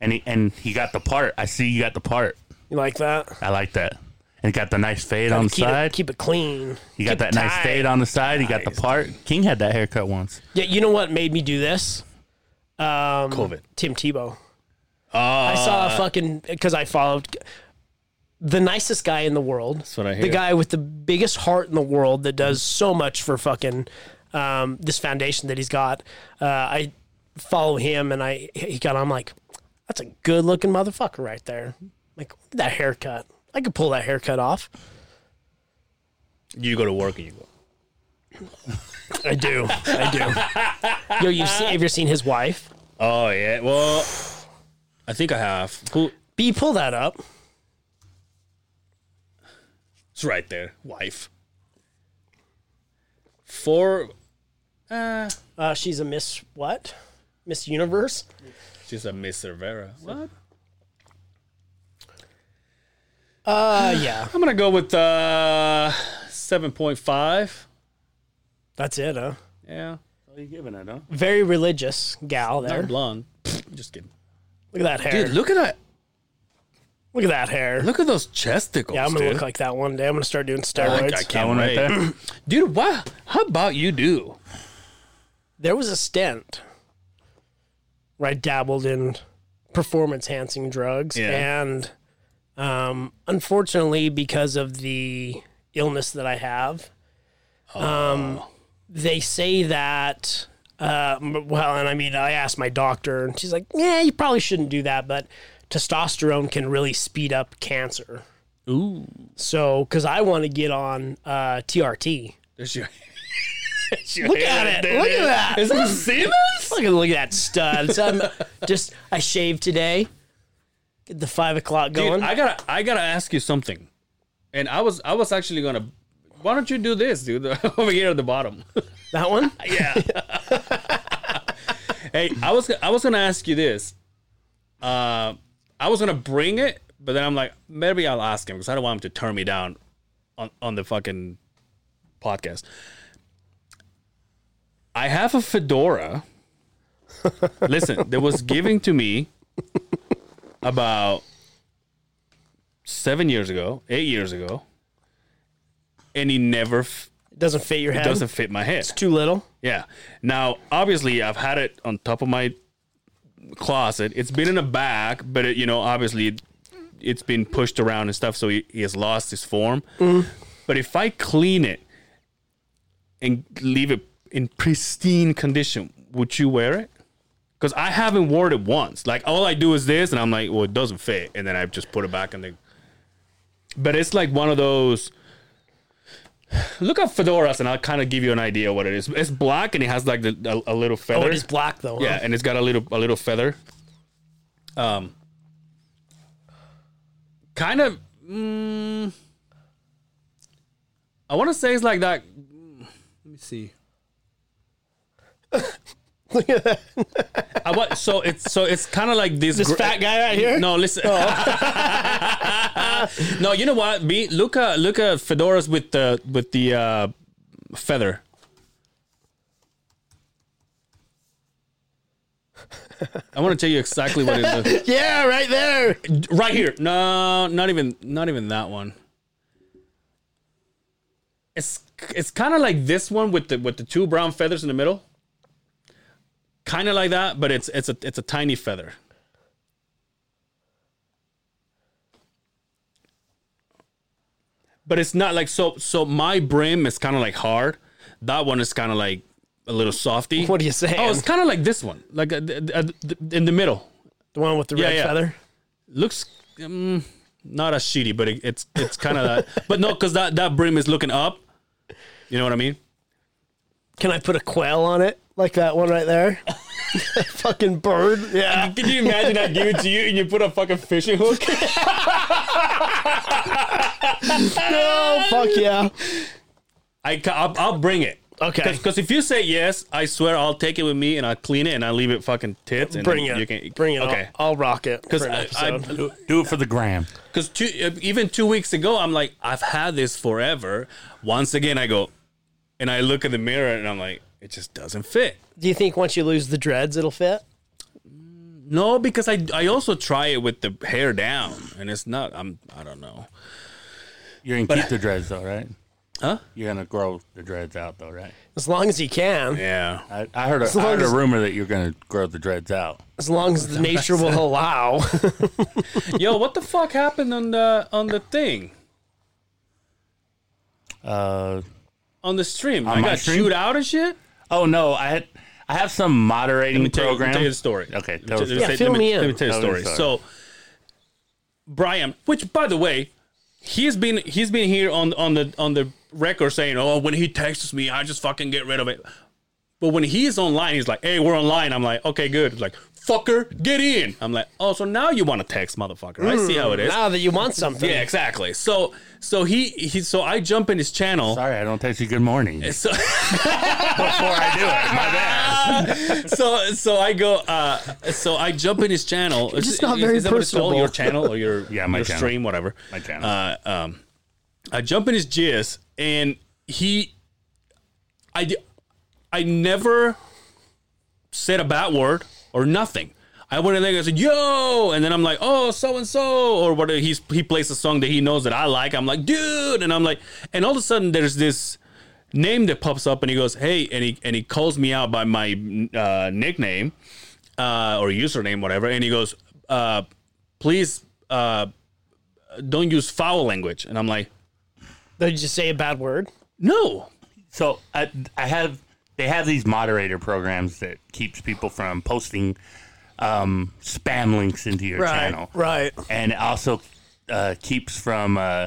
S4: And he and he got the part. I see you got the part.
S2: You like that?
S4: I like that. And he got the nice fade on the
S2: keep,
S4: side.
S2: It, keep it clean.
S4: he got
S2: keep
S4: that
S2: it
S4: nice
S2: tight.
S4: fade on the side. He got the part. King had that haircut once.
S2: Yeah, you know what made me do this? Um,
S3: COVID.
S2: Tim Tebow. I saw a fucking because I followed the nicest guy in the world. That's
S3: what I
S2: The
S3: hear.
S2: guy with the biggest heart in the world that does so much for fucking um, this foundation that he's got. Uh, I follow him and I he got. I'm like, that's a good looking motherfucker right there. Like look at that haircut. I could pull that haircut off.
S3: You go to work and you go.
S2: I do. I do. Yo, you see, have you seen his wife?
S3: Oh yeah. Well, I think I have. Who?
S2: B, pull that up.
S3: It's right there. Wife. Four. Uh,
S2: Uh, she's a Miss what? Miss Universe.
S3: she's a Miss Cervera. What?
S2: Uh, yeah.
S3: I'm gonna go with uh, seven point five.
S2: That's it, huh?
S3: Yeah.
S4: What are you giving it, huh?
S2: Very religious gal there.
S3: Not
S2: Look
S3: blonde. Just kidding.
S2: at that hair.
S3: Dude,
S2: look,
S3: look at that.
S2: at that hair.
S3: Look at those chesticles.
S2: yeah, I'm gonna
S3: dude.
S2: look like that one day. I'm gonna start doing
S3: I,
S2: steroids.
S3: I
S4: That
S3: can't
S4: one right
S3: wait.
S4: there.
S3: Dude, what? How about you do?
S2: There was a stint where I dabbled in performance enhancing drugs,
S3: Yeah.
S2: and um, unfortunately, because of the illness that I have, um, they say that. Uh, m- well, and I mean, I asked my doctor, and she's like, "Yeah, you probably shouldn't do that, but testosterone can really speed up cancer."
S3: Ooh,
S2: So, because I want to get on uh, TRT.
S3: there's your.
S2: Look at it! Look at that!
S3: Is that Siemens?
S2: Look at look at that stud. So I'm just I shaved today. Get the five o'clock going.
S3: Dude, I gotta, I gotta ask you something. And I was, I was actually gonna. Why don't you do this, dude? Over here at the bottom.
S2: that one?
S3: hey, I was, I was gonna ask you this. Uh, I was gonna bring it, but then I'm like, maybe I'll ask him because I don't want him to turn me down on on the fucking podcast. I have a fedora. Listen, that was given to me about seven years ago, eight years ago, and it never f-
S2: It doesn't fit your head.
S3: doesn't fit my head.
S2: Too little.
S3: Yeah. Now, obviously, I've had it on top of my closet. It's been in a bag, but it, you know, obviously, it, it's been pushed around and stuff, so he, he has lost his form.
S2: Mm.
S3: But if I clean it and leave it in pristine condition, would you wear it? Because I haven't worn it once. Like all I do is this, and I'm like, well, it doesn't fit, and then I just put it back in the. But it's like one of those. Look up fedoras, and I'll kind of give you an idea what it is. It's black, and it has like the, a, a little feather.
S2: Oh, it is black though. huh?
S3: Yeah, and it's got a little a little feather. Um, kind of. Mm, I want to say it's like that. Let me see.
S2: Look at that.
S3: I want so it's so it's kind of like this.
S2: This
S3: gr-
S2: fat guy right here. Oh.
S3: No, listen. no, you know what? Be look at look at fedoras with the with the uh, feather. I want to tell you exactly what it looks.
S2: Yeah, right there.
S3: right here. No, not even not even that one. It's it's kind of like this one with the with the two brown feathers in the middle. Kind of like that, but it's it's a it's a tiny feather. But it's not like so so my brim is kind of like hard. That one is kind of like a little softy.
S2: What are you saying?
S3: Oh, it's kind of like this one, like uh, th- th- th- in the middle
S2: the one with the
S3: Yeah,
S2: red
S3: yeah.
S2: feather.
S3: looks um, not as shitty, but it, it's it's kind of that. But no, because that that brim is looking up. You know what I mean?
S2: Can I put a quail on it like that one right there? Fucking bird. Yeah.
S3: Uh, Can you imagine I give it to you and you put a fucking fishing hook?
S2: Oh fuck yeah.
S3: I ca- I'll, I'll bring it.
S2: Okay.
S3: Because if you say yes, I swear I'll take it with me and I'll clean it and I'll leave it fucking tits. And
S2: Bring
S3: then
S2: it.
S3: You can,
S2: Bring it.
S3: Okay.
S2: I'll, I'll rock it. Because
S3: Because I, I,
S4: Do, do it for the gram.
S3: Because two, uh, even two weeks ago, I'm like, I've had this forever. Once again, I go, and I look in the mirror and I'm like, it just doesn't fit.
S2: do you think once you lose the dreads, it'll fit?
S3: No, because I I also try it with the hair down, and it's not. I'm I don't know.
S4: You're gonna keep the dreads though, right?
S3: Huh?
S4: You're gonna grow the dreads out though, right?
S2: As long as you can.
S3: Yeah.
S4: I, I heard a, I
S2: long
S4: heard a
S2: as-
S4: rumor that you're gonna grow the dreads out.
S2: As long as the nature will allow.
S3: Yo, what the fuck happened on the on the thing
S4: Uh,
S3: on the stream?
S4: On
S3: I
S4: my
S3: got
S4: stream?
S3: shoot out and shit.
S4: oh no, I had I have some moderating
S3: Tell you-
S4: program.
S3: Tell you the story.
S4: Okay,
S3: Let
S4: tell us
S3: me-
S4: the
S3: let me-
S2: fill
S3: let
S2: me in.
S3: Let me tell you the
S4: Tell me
S3: story.
S4: the
S3: So, Brian, which by the way, he's been he's been here on on the on the record saying, "Oh, when he texts me, I just fucking get rid of it." But when he is online, he's like, "Hey, we're online." I'm like, "Okay, good." He's like, "Fucker, get in." I'm like, "Oh, so now you want to text, motherfucker?" I see how it
S4: Mm,
S3: is.
S2: now that you want something.
S3: Yeah, exactly. So so he he so I jump in his channel.
S4: Sorry, I don't text you good morning before
S3: So.
S4: I do it. My bad.
S3: so so I go uh so I jump in his channel. It's
S5: just not very
S3: that what it's called?
S5: personable.
S3: Your channel or your
S4: Yeah, my
S3: your
S4: channel.
S3: stream, whatever.
S4: My channel.
S3: Uh, um, I jump in his jizz and he, I, d- I never said a bad word or nothing. I went in there and I said, "Yo," and then I'm like, "Oh, so and so," or what? He's he plays a song that he knows that I like. I'm like, "Dude," and I'm like, and all of a sudden there's this name that pops up, and he goes, "Hey," and he and he calls me out by my uh, nickname uh, or username, whatever, and he goes, uh, "Please uh, don't use foul language," and I'm like,
S2: Did you just say a bad word?
S3: "No."
S4: So I I have they have these moderator programs that keeps people from posting um, spam links into your channel,
S2: Right.
S4: and it also uh, keeps from uh,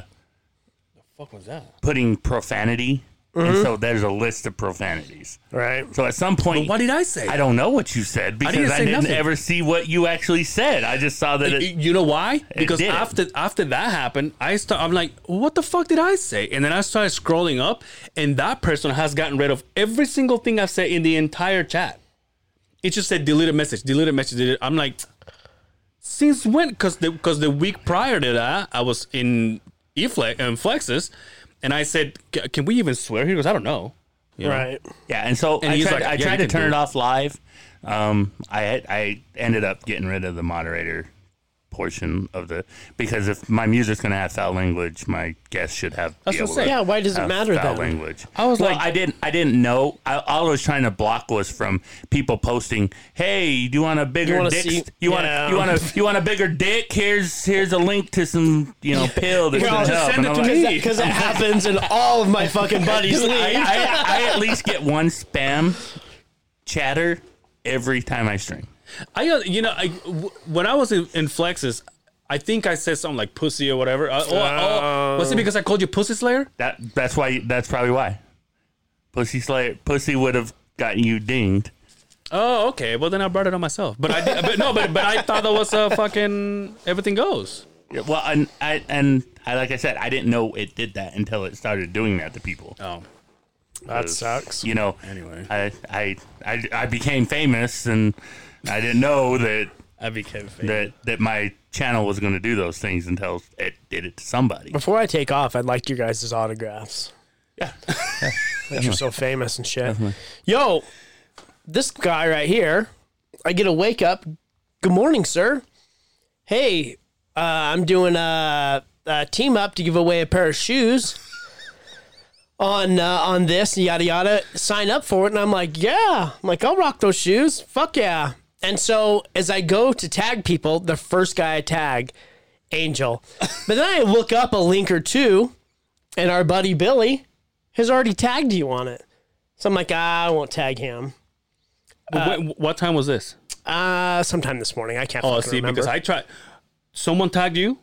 S3: Fuck was that? Mm-hmm.
S4: putting profanity. And so there's a list of profanities.
S2: Right.
S4: So at some point,
S3: What did I say?
S4: I don't know what you said because I
S3: didn't
S4: didn't,
S3: say nothing.
S4: ever see what you actually said. I just saw that it,
S3: Y- you know why? Because
S4: did.
S3: after after that happened, I start. I'm like, what the fuck did I say? And then I started scrolling up, and that person has gotten rid of every single thing I've said in the entire chat. It just said deleted message, deleted message. Deleted. I'm like, since when? Because the because the week prior to that, I was E in Eflex and Flexus, and I said, "C- can we even swear here? Because I don't know. you know?
S2: Right.
S4: Yeah, and so I
S3: he's
S4: tried,
S3: like,
S4: I
S3: "Yeah,
S4: tried
S3: you
S4: to
S3: can do
S4: turn it
S3: it."
S4: off live. Um, I had- I ended up getting rid of the moderator portion of the because if my music's gonna have foul language, my guests should have.
S3: That's what I'm
S4: be able
S3: saying.
S4: to
S2: Yeah, why does it
S4: have
S2: matter
S4: foul
S2: then?
S4: language?
S3: I was
S4: Well,
S3: like-
S4: I didn't I didn't know. I, all I was trying to block was from people posting, "Hey, do you want a bigger
S2: wanna
S4: dick?
S2: see-
S4: you want
S2: Yeah.
S4: to you want to you want a bigger dick? Here's here's a link to some you know pill that's
S2: Well,
S4: gonna
S2: just
S4: help."
S3: send
S4: And
S3: it
S4: I'm
S3: to
S4: like,
S3: me.
S2: Because it happens in all of my fucking buddies'
S4: I,
S2: league.
S4: I, I at least get one spam chatter every time I stream.
S3: I uh, you know I w when I was in, in Flexes, I think I said something like pussy or whatever. Uh, oh, oh, was it because I called you pussy slayer?
S4: That that's why. That's probably why. Pussy Slayer, pussy would have gotten you dinged.
S3: Oh, okay. Well, then I brought it on myself. But I did, but no, but but I thought that was uh, fucking everything goes.
S4: Yeah, Well, and I and I like I said, I didn't know it did that until it started doing that to people.
S3: Oh,
S2: That sucks.
S4: You know.
S3: Anyway.
S4: I I I, I became famous, and I didn't know that.
S3: I became fake.
S4: That, that my channel was going to do those things until it did it to somebody.
S2: Before I take off, I'd like your guys' autographs.
S4: Yeah.
S2: That you're so famous and shit. Yo, this guy right here, I get a wake up. Good morning, sir. Hey, uh, I'm doing a, a team up to give away a pair of shoes on uh, on this and yada yada. Sign up for it, and I'm like, yeah. I'm like, I'll rock those shoes. Fuck yeah. And so as I go to tag people, the first guy I tag, Angel. But then I look up a link or two, and our buddy Billy has already tagged you on it. So I'm like, ah, I won't tag him.
S3: what time was this?
S2: Uh, sometime this morning. I can't.
S3: Oh,
S2: fucking
S3: see,
S2: remember.
S3: because I tried. Someone tagged you.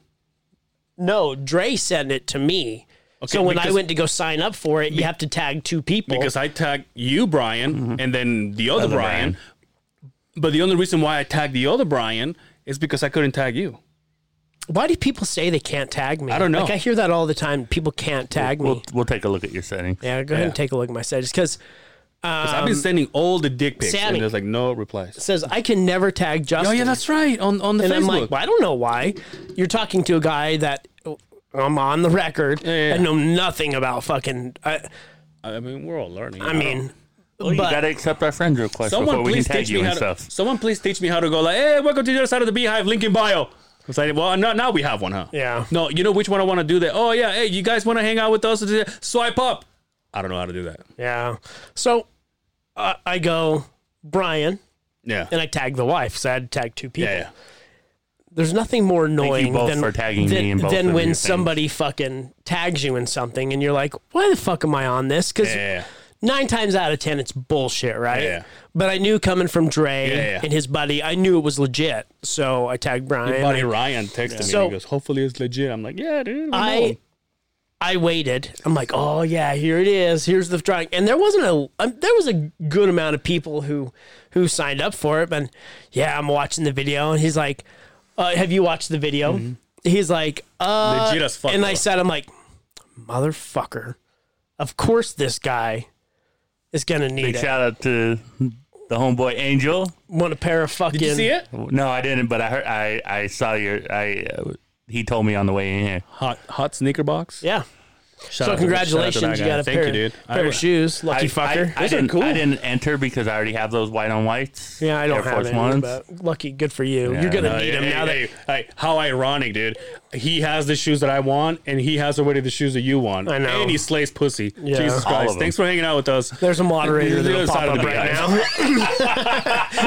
S2: no, Dre sent it to me. so when I
S3: because-
S2: went to go sign up for it, you have to tag two people.
S3: because I tagged you, Brian,
S2: Mm-hmm.
S3: and then the other, Brian. But the only reason why I tagged the other Brian is because I couldn't tag you.
S2: why do people say they can't tag me?
S3: I don't know.
S2: Like I hear that all the time. People can't tag me.
S4: We'll, we'll take a look at your setting.
S2: yeah, go ahead and take a look at my status because
S3: 'Cause I've been sending all the dick pics,
S2: Um, Sammy.
S3: and there's like no replies.
S2: it says I can never tag Justin.
S3: Oh yeah, that's right on on the
S2: and
S3: Facebook.
S2: I'm like, well, I don't know why. You're talking to a guy that I'm on the record.
S3: yeah, yeah.
S2: I know nothing about fucking. I,
S3: I mean, we're all learning.
S2: I mean,
S4: Well, you
S2: but-
S4: got to accept our friend request
S3: someone
S4: before we can
S3: please
S4: tag
S3: teach
S4: you
S3: me
S4: and
S3: how to.
S4: stuff.
S3: Someone please teach me how to go like, hey, welcome to the other side of the beehive. Link in bio. It's like, well, no, now we have one, huh?
S2: Yeah.
S3: No, you know which one I want to do that. Oh yeah, hey, you guys want to hang out with us? Swipe up. I don't know how to do that.
S2: yeah. So I I go Brian,
S3: Yeah.
S2: and I tag the wife. So I had to tag two people.
S3: yeah, yeah.
S2: There's nothing more
S4: you
S2: annoying
S4: both
S2: than
S4: for tagging
S2: than,
S4: me in both
S2: than
S4: of
S2: when
S4: your things.
S2: somebody fucking tags you in something, and you're like, "Why the fuck am I on this?" Because
S3: Yeah.
S2: nine times out of ten, it's bullshit, right?
S3: Yeah.
S2: But I knew coming from Dre
S3: Yeah, yeah.
S2: and his buddy, I knew it was legit, so I tagged Brian.
S3: buddy Ryan texted me.
S2: So-
S3: and he goes, "Hopefully it's legit." I'm like, "Yeah, dude." I, know."
S2: I I waited. I'm like, oh yeah, here it is. Here's the drawing. And there wasn't a um, there was a good amount of people who who signed up for it. And yeah, I'm watching the video, and he's like, uh, have you watched the video?
S3: Mm-hmm.
S2: He's like, uh,
S3: Legit as fuck,
S2: And
S3: though.
S2: I said, I'm like, motherfucker. Of course, this guy is gonna need
S4: Big
S2: it.
S4: shout out to the homeboy Angel.
S2: Want a pair of fucking?
S3: Did you see it?
S4: No, I didn't, but I heard I I saw your I. Uh, he told me on the way in here.
S3: Hot, hot sneaker box.
S2: Yeah.
S3: Shout
S2: So
S3: out to-
S2: congratulations,
S3: shout out to that
S2: you
S3: guy.
S2: got a
S3: Thank
S2: pair,
S3: you, dude.
S2: pair
S3: I-
S2: of shoes. Lucky
S4: I,
S2: fucker.
S4: I, I
S3: Those are
S4: didn't.
S3: cool.
S4: I didn't enter because I already have those white on whites.
S2: yeah, I don't
S4: Air
S2: have
S4: Force
S2: any,
S4: Ones.
S2: but lucky, good for you.
S4: Yeah,
S2: You're gonna
S4: no,
S2: need
S3: Hey,
S2: them
S3: hey,
S2: now. that
S3: hey, hey, how ironic, dude! He has the shoes that I want, and he has already the shoes that you want.
S2: I know.
S3: And he slays pussy.
S2: Yeah.
S3: Jesus
S4: All of
S3: Christ!
S4: them.
S3: Thanks for hanging out with us.
S2: There's a moderator
S3: The
S2: that'll
S3: other
S2: pop
S3: side of
S2: up
S3: the
S2: right now.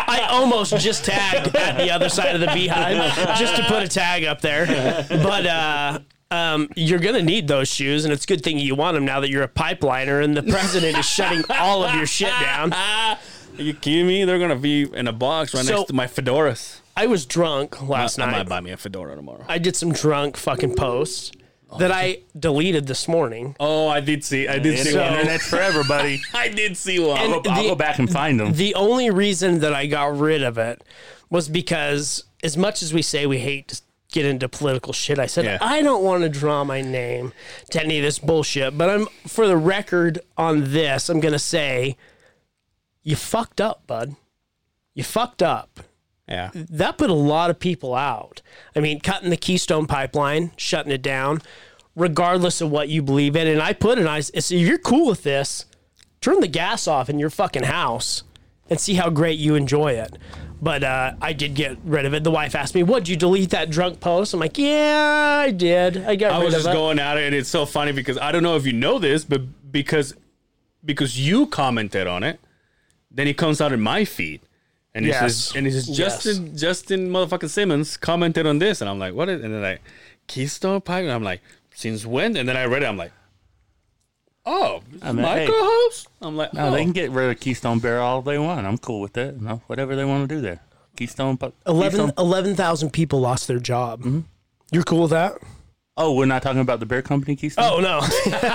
S2: I almost just tagged at the other side of the beehive just to put a tag up there. But uh, um, you're going to need those shoes, and it's a good thing you want them now that you're a pipeliner and the president is shutting all of your shit down.
S3: Are you kidding me? They're gonna be in a box right
S2: So-
S3: next to my fedoras.
S2: I was drunk last
S3: I, I
S2: night.
S3: might buy me a fedora tomorrow.
S2: I did some drunk fucking posts that I deleted this morning.
S3: oh, I did see. I did see
S4: So,
S3: one.
S4: Internet's for everybody.
S3: I did see one.
S4: I'll, go, I'll
S2: the-
S4: go back and find them.
S2: The only reason that I got rid of it was because, as much as we say we hate to get into political shit, I said,
S3: Yeah.
S2: I don't want to draw my name to any of this bullshit. But I'm, for the record on this, I'm going to say, you fucked up, bud. You fucked up.
S3: yeah.
S2: That put a lot of people out. I mean, cutting the Keystone pipeline, shutting it down, regardless of what you believe in. And I put it, I said, if you're cool with this, turn the gas off in your fucking house and see how great you enjoy it. But uh, I did get rid of it. The wife asked me, "Would you delete that drunk post?" I'm like, "Yeah, I did. I got
S3: I
S2: rid
S3: was
S2: of
S3: just
S2: it."
S3: going at it, and it's so funny because I don't know if you know this, but because because you commented on it, then it comes out in my feed, and it
S2: Yes.
S3: says and it says Justin Justin motherfucking Simmons commented on this, and I'm like, what? Is, and then I Keystone Pipe, and I'm like, since when? And then I read it, I'm like, oh,
S4: I mean,
S3: my
S4: hey.
S3: co-host. I'm like,
S4: No,
S3: oh.
S4: they can get rid of Keystone Bear all they want. I'm cool with that. No, whatever they want to do there. Keystone. pu-
S2: 11
S4: Keystone-
S2: 11,000 people lost their job.
S3: Mm-hmm.
S2: You're cool with that?
S4: Oh, we're not talking about the beer company, Keystone.
S2: Oh no.
S4: yeah,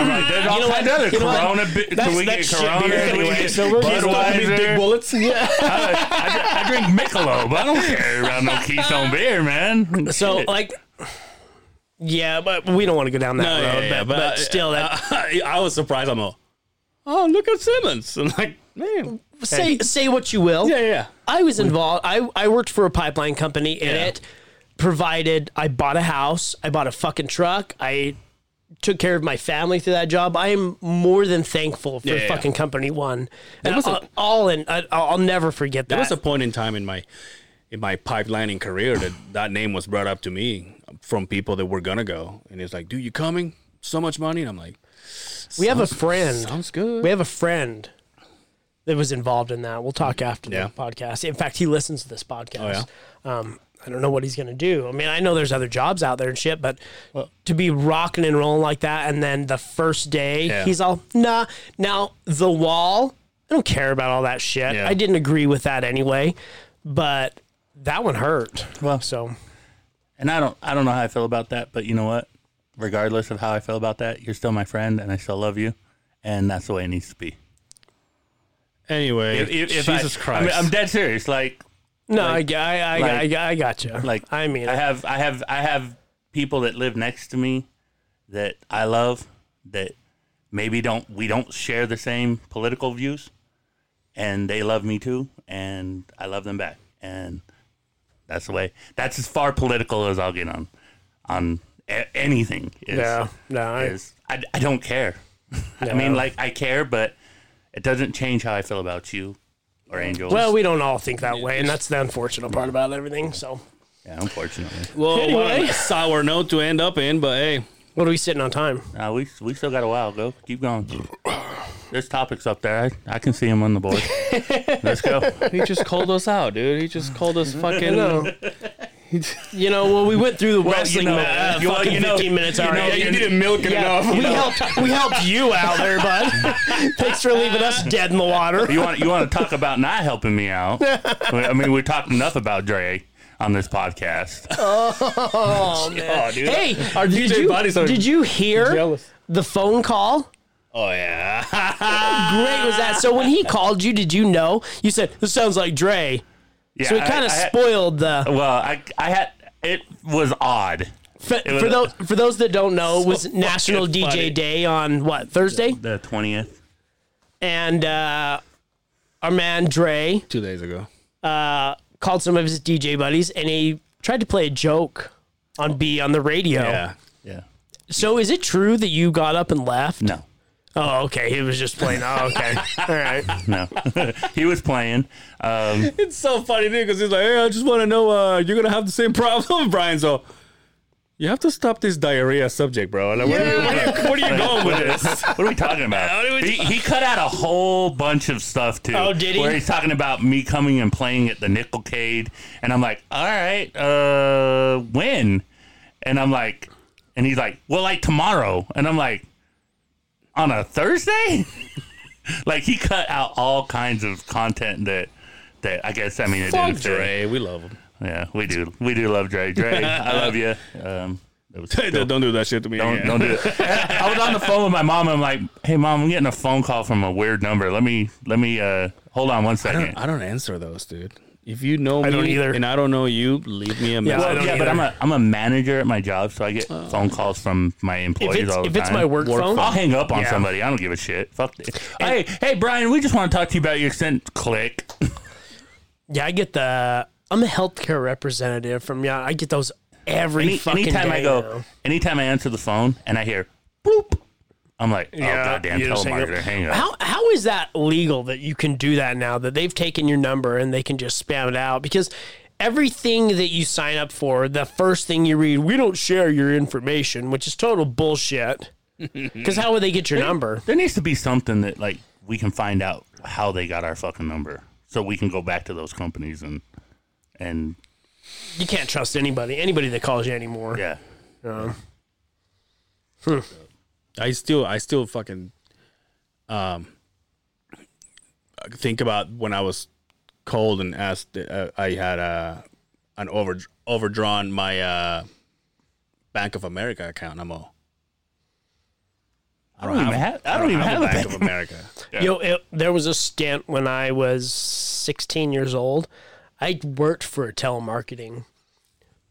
S4: I'm like, there's all
S2: know
S4: kinds of
S2: what?
S4: other
S2: You know what?
S4: Corona. bi-
S2: That's-
S4: can we get
S2: that's shit
S4: Corona?
S2: beer
S4: Can we
S2: anyway,
S4: get
S2: so we're just
S3: Fucking big
S4: Budweiser? uh,
S3: bullets. Yeah.
S4: I, I drink Michelob. I don't care about no Keystone beer, man.
S2: so
S4: Shit.
S2: like yeah, but we don't want to go down that
S3: No,
S2: road.
S3: yeah, yeah, yeah,
S2: but, but,
S3: I-
S2: still, that,
S3: I, I was surprised. I'm all, oh, look at Simmons. I'm like, man,
S2: say say what you will.
S3: yeah, yeah.
S2: I was involved. I, I worked for a pipeline company, and
S3: Yeah.
S2: it provided. I bought a house. I bought a fucking truck. I took care of my family through that job. I am more than thankful for
S3: Yeah, yeah,
S2: fucking company one. And
S3: was a-
S2: I'll- all in. I, I'll never forget that.
S3: There was a point in time in my in my pipelining career that that name was brought up to me from people that were gonna go, and it's like, dude, you coming? So much money, and I'm like,
S2: we have a friend.
S3: sounds good.
S2: We have a friend that was involved in that. We'll talk after
S3: Yeah. Oh,
S2: the podcast. In fact, he listens to this podcast. Um, I don't know what he's going to do. I mean, I know there's other jobs out there and shit, but to be rocking and rolling like that, and then the first day
S3: Yeah.
S2: he's all nah. Now the wall, I don't care about all that shit.
S3: Yeah.
S2: I didn't agree with that anyway, but that one hurt.
S4: Well-
S2: so
S4: and I don't, I don't know how I feel about that, but you know what? Regardless of how I feel about that, you're still my friend, and I still love you, and that's the way it needs to be.
S3: Anyway,
S4: If- if- if I-
S3: Jesus
S4: I
S3: Christ,
S4: mean, I'm dead serious. Like,
S2: no, I, I, I,
S4: like-
S2: I, I got you.
S4: like
S2: I mean,
S4: I have I have I have people that live next to me that I love that maybe don't we don't share the same political views and they love me too and I love them back and that's the way that's as far political as I'll get on on a- anything is,
S2: no, no, I,
S4: is I, I don't care I mean
S2: No.
S4: like I care but it doesn't change how I feel about you or angels
S2: Well, we don't all think that way, and that's the unfortunate part about everything. So,
S4: yeah unfortunately
S3: well, what
S2: anyway.
S3: a sour note to end up in, but hey,
S2: what are we sitting on time?
S4: No, we we still got a while. Go, keep going. There's topics up there. I, I can see them on the board. Let's go.
S3: he just called us out, dude. He just called us fucking.
S2: You know, well, we went through the wrestling
S4: know,
S2: ma- uh,
S4: you- well,
S2: fucking
S4: you know-
S2: 15 minutes
S4: you know,
S2: already.
S4: you
S3: didn't milk it
S2: yeah, we helped. We helped you out there, bud. Thanks for leaving us dead in the water.
S4: You want you want to talk about not helping me out? I mean, we talked enough about Dre on this podcast. Oh,
S3: dude.
S2: Hey,
S3: Our
S2: did
S3: DJ
S2: you,
S3: buddies are
S2: did you hear
S3: jealous.
S2: the phone call?
S3: Oh yeah.
S2: Great was that. So when he called you, did you know? You said this sounds like Dre.
S4: Yeah,
S2: So it
S4: I-
S2: kind
S4: I
S2: of
S4: had- Oh,
S2: spoiled the.
S4: Well, I I had it was odd.
S2: For,
S4: was-
S2: for those for those that don't know, it was National
S3: fucking
S2: DJ
S3: funny.
S2: Day on what Thursday?
S4: The twentieth.
S2: and uh, our man Dre
S3: Two days ago.
S2: uh, called some of his DJ buddies, and he tried to play a joke on B on the radio.
S3: Yeah.
S4: Yeah.
S2: So is it true that you got up and left?
S4: No.
S2: Oh, okay. He was just playing. Oh, okay. All right.
S4: No. he was playing. Um,
S3: It's so funny, dude, because he's like, hey, I just want to know, uh, you're going to have the same problem, Brian. So you have to stop this diarrhea subject, bro. Like, where, are you, where, are you, where are you going with this?
S4: What are we talking about? he, he cut out a whole bunch of stuff too.
S2: Oh, did he?
S4: Where he's talking about me coming and playing at the Nickelcade, and I'm like, all right, uh, when? And I'm like, and he's like, well, like tomorrow, and I'm like, on a Thursday? like he cut out all kinds of content that that I guess I mean it
S3: Fuck
S4: didn't fit.
S3: Dre. We love him.
S4: Yeah, we do, we do love Dre. Dre, I love you. Um, it was
S3: Don't, don't do that shit to me.
S4: don't,
S3: again.
S4: don't do it. I was on the phone with my mom. I'm like, hey, mom, I'm getting a phone call from a weird number. Let me, let me, uh, hold on one
S3: I, don't,
S4: second.
S3: I don't answer those, dude. If you know me
S2: don't either.
S3: and I don't know you, leave me a message.
S2: I
S4: Well,
S2: don't
S4: yeah, but
S2: either.
S4: I'm a, I'm a manager at my job, so I get phone calls from my
S2: If
S4: employees
S2: it's,
S4: all the
S2: if
S4: time.
S2: it's my work, phone,
S4: I'll hang up on
S2: Yeah.
S4: somebody. I don't give a shit. Fuck it. Hey, hey, Brian, we just want to talk to you about your extent. Click.
S2: yeah, I get the. I'm a healthcare representative from yeah. I get those every
S4: Any,
S2: fucking
S4: anytime
S2: day
S4: I go,
S2: now.
S4: anytime I answer the phone and I hear bloop, I'm I'm like, oh goddamn
S2: you just hang up.
S4: telemarketer, hang up.
S2: How how is that legal that you can do that now that they've taken your number and they can just spam it out because everything that you sign up for the first thing you read we don't share your information which is total bullshit because how would they get your number
S4: There needs to be something that like we can find out how they got our fucking number, so we can go back to those companies and and
S2: you can't trust anybody anybody that calls you anymore
S4: yeah.
S2: Uh,
S3: I still, I still fucking, um, think about when I was cold and asked. Uh, I had uh, an over overdrawn my uh, Bank of America account. I'm all.
S4: I don't even have. I don't even
S3: I'm
S4: have a
S3: Bank
S4: bank.
S3: of America.
S2: You know, it, there was a stint when I was 16 years old. I worked for telemarketing.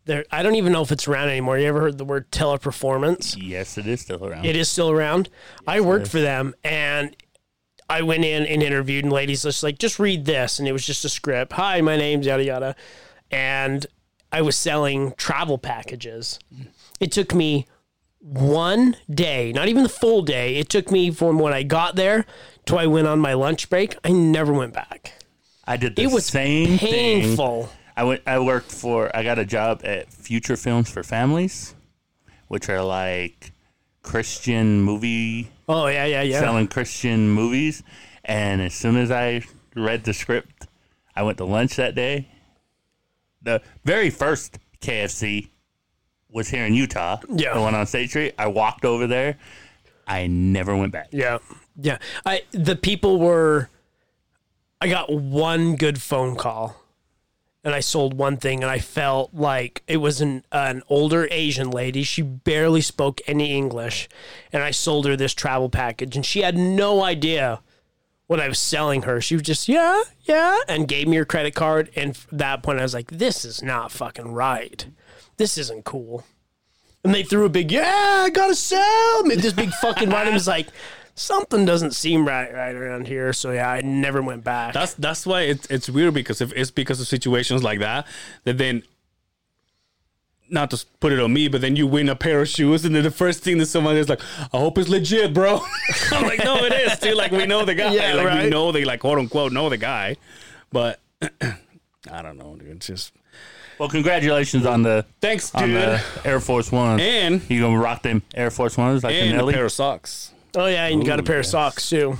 S2: There, I don't even know if it's around anymore. You ever heard the word teleperformance?
S4: Yes, it is still around.
S2: It is still around. I worked for them and I went in and interviewed, and ladies just like, just read this. And it was just a script. Hi, my name's yada yada. And I was selling travel packages. It took me one day, not even the full day. It took me from when I got there till I went on my lunch break. I never went back.
S4: I did the
S2: It was
S4: same thing.
S2: painful.
S4: I went. I worked for. I got a job at Future Films for Families, which are like Christian movie
S2: Oh yeah, yeah, yeah.
S4: selling Christian movies. And as soon as I read the script, I went to lunch that day. The very first KFC was here in Utah.
S2: Yeah.
S4: the one on State Street. I walked over there. I never went back.
S2: Yeah. Yeah. I the people were I got one good phone call and I sold one thing and I felt like it was an an older Asian lady. She barely spoke any English and I sold her this travel package and she had no idea what I was selling her. She was just, "Yeah, yeah," and gave me her credit card and f- that point I was like, "This is not fucking right. This isn't cool." And they threw a big, yeah, I gotta sell. Made this big fucking run. It was like, something doesn't seem right right around here. So yeah, I never went back.
S3: That's that's why it's it's weird because if it's because of situations like that that then not to put it on me, but then you win a pair of shoes and then the first thing that someone is like, I hope it's legit, bro. I'm like, no, it is. Dude, like we know the guy.
S2: Yeah,
S3: like we
S2: right.
S3: know they like quote unquote know the guy. But I don't know, dude. It's just uh,
S4: Well, congratulations on the
S3: Thanks,
S4: on
S3: dude.
S4: the Air Force One.
S3: And-
S4: you gonna rock them Air Force Ones like
S3: and a
S4: Nelly?
S3: pair of socks.
S2: oh yeah, and you got a
S4: Ooh,
S2: pair of socks too.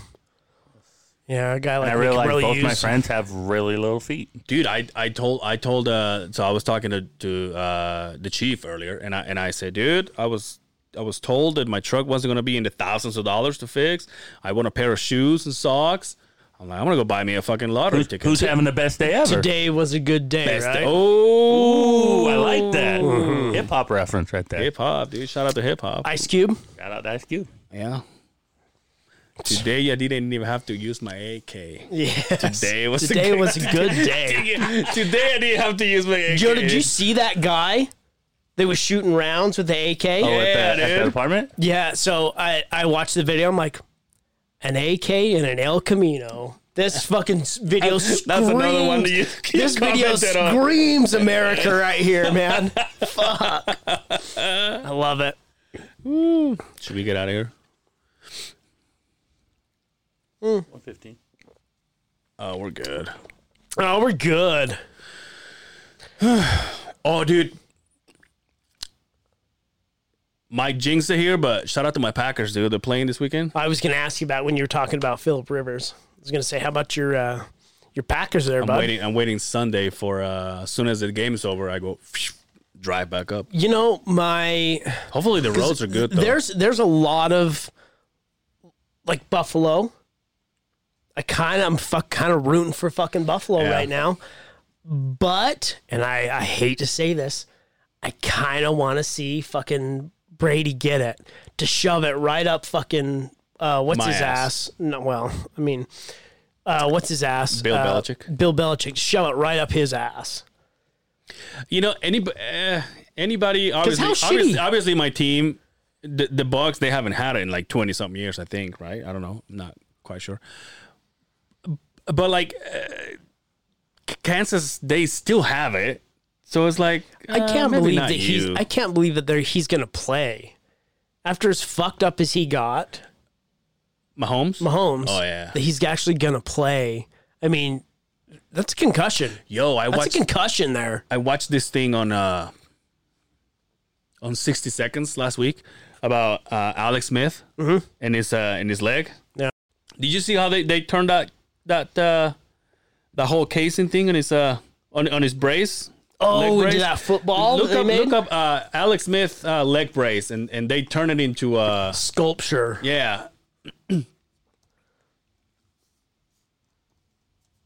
S2: Yeah, a guy like me
S4: I
S2: could
S4: realized
S2: really
S4: both my
S2: use-
S4: friends have really little feet.
S3: dude i i told i told uh so i was talking to to uh the chief earlier and i and i said dude i was i was told that my truck wasn't going to be in the thousands of dollars to fix i want a pair of shoes and socks i'm like i'm gonna go buy me a fucking lottery
S4: Who's,
S3: ticket
S4: who's having the best day ever?
S2: Today was a good day,
S3: Best-
S2: right?
S3: oh
S4: Ooh, I like that
S2: Mm-hmm.
S4: hip hop reference right there.
S3: hip-hop dude shout out to hip-hop
S2: Ice Cube.
S4: Shout out to Ice Cube.
S3: yeah today i didn't even have to use my ak
S2: Yes.
S3: today was a
S2: Today
S3: good-
S2: was a good day.
S3: today i didn't have to use my ak
S2: Yo, did you see that guy that was shooting rounds with the AK?
S4: Oh,
S3: Yeah,
S4: at, the, at
S3: dude.
S4: the apartment?
S2: Yeah, so I I watched the video. I'm like, an AK and an El Camino. This fucking s- video screams.
S3: that's another one that you- you
S2: this video
S3: commented on.
S2: screams America right here, man. Fuck. I love it.
S3: should we get out of here
S4: 115.
S3: oh we're good
S2: Oh, we're good.
S3: Oh, dude. My jinx are here, but shout out to my Packers, dude. They're playing this weekend.
S2: I was gonna ask you about when you were talking about Philip Rivers. I was gonna say, how about your uh, your Packers there,
S3: I'm
S2: bud?
S3: waiting. I'm waiting Sunday for uh, as soon as the game is over, I go drive back up.
S2: You know my
S3: Hopefully the roads are good. Though.
S2: There's there's a lot of like Buffalo. I kind of I'm fuck kind of rooting for fucking Buffalo
S3: Yeah.
S2: right now, but and I I hate to say this, I kind of want to see fucking Brady get it to shove it right up fucking uh what's
S3: My
S2: his
S3: ass.
S2: ass? No, well I mean, uh what's his ass?
S3: Bill
S2: Uh,
S3: Belichick.
S2: Bill Belichick shove it right up his ass.
S3: you know anybody uh, anybody obviously,
S2: how shitty-
S3: obviously obviously my team the, the bucks they haven't had it in like 20 something years i think right i don't know i'm not quite sure but like uh, K- kansas they still have it so it's like
S2: I
S3: uh,
S2: can't
S3: maybe
S2: believe
S3: not
S2: that he's
S3: you.
S2: I can't believe that they're, he's gonna play after as fucked up as he got.
S3: Mahomes?
S2: Mahomes.
S3: Oh, yeah.
S2: that he's actually gonna play. I mean, that's a concussion.
S3: Yo, I
S2: That's
S3: watched
S2: a concussion there.
S3: I watched this thing on uh on 60 seconds last week about uh, Alex Smith and his uh and his leg.
S2: Mm-hmm. Yeah.
S3: Did you see how they, they turned that that uh that whole casing thing on his uh on on his brace?
S2: Oh,
S3: leg brace?
S2: that football
S3: Look
S2: they
S3: up,
S2: made?
S3: look up uh, Alex Smith uh, leg brace and, and they turn it into uh
S2: Sculpture.
S3: yeah.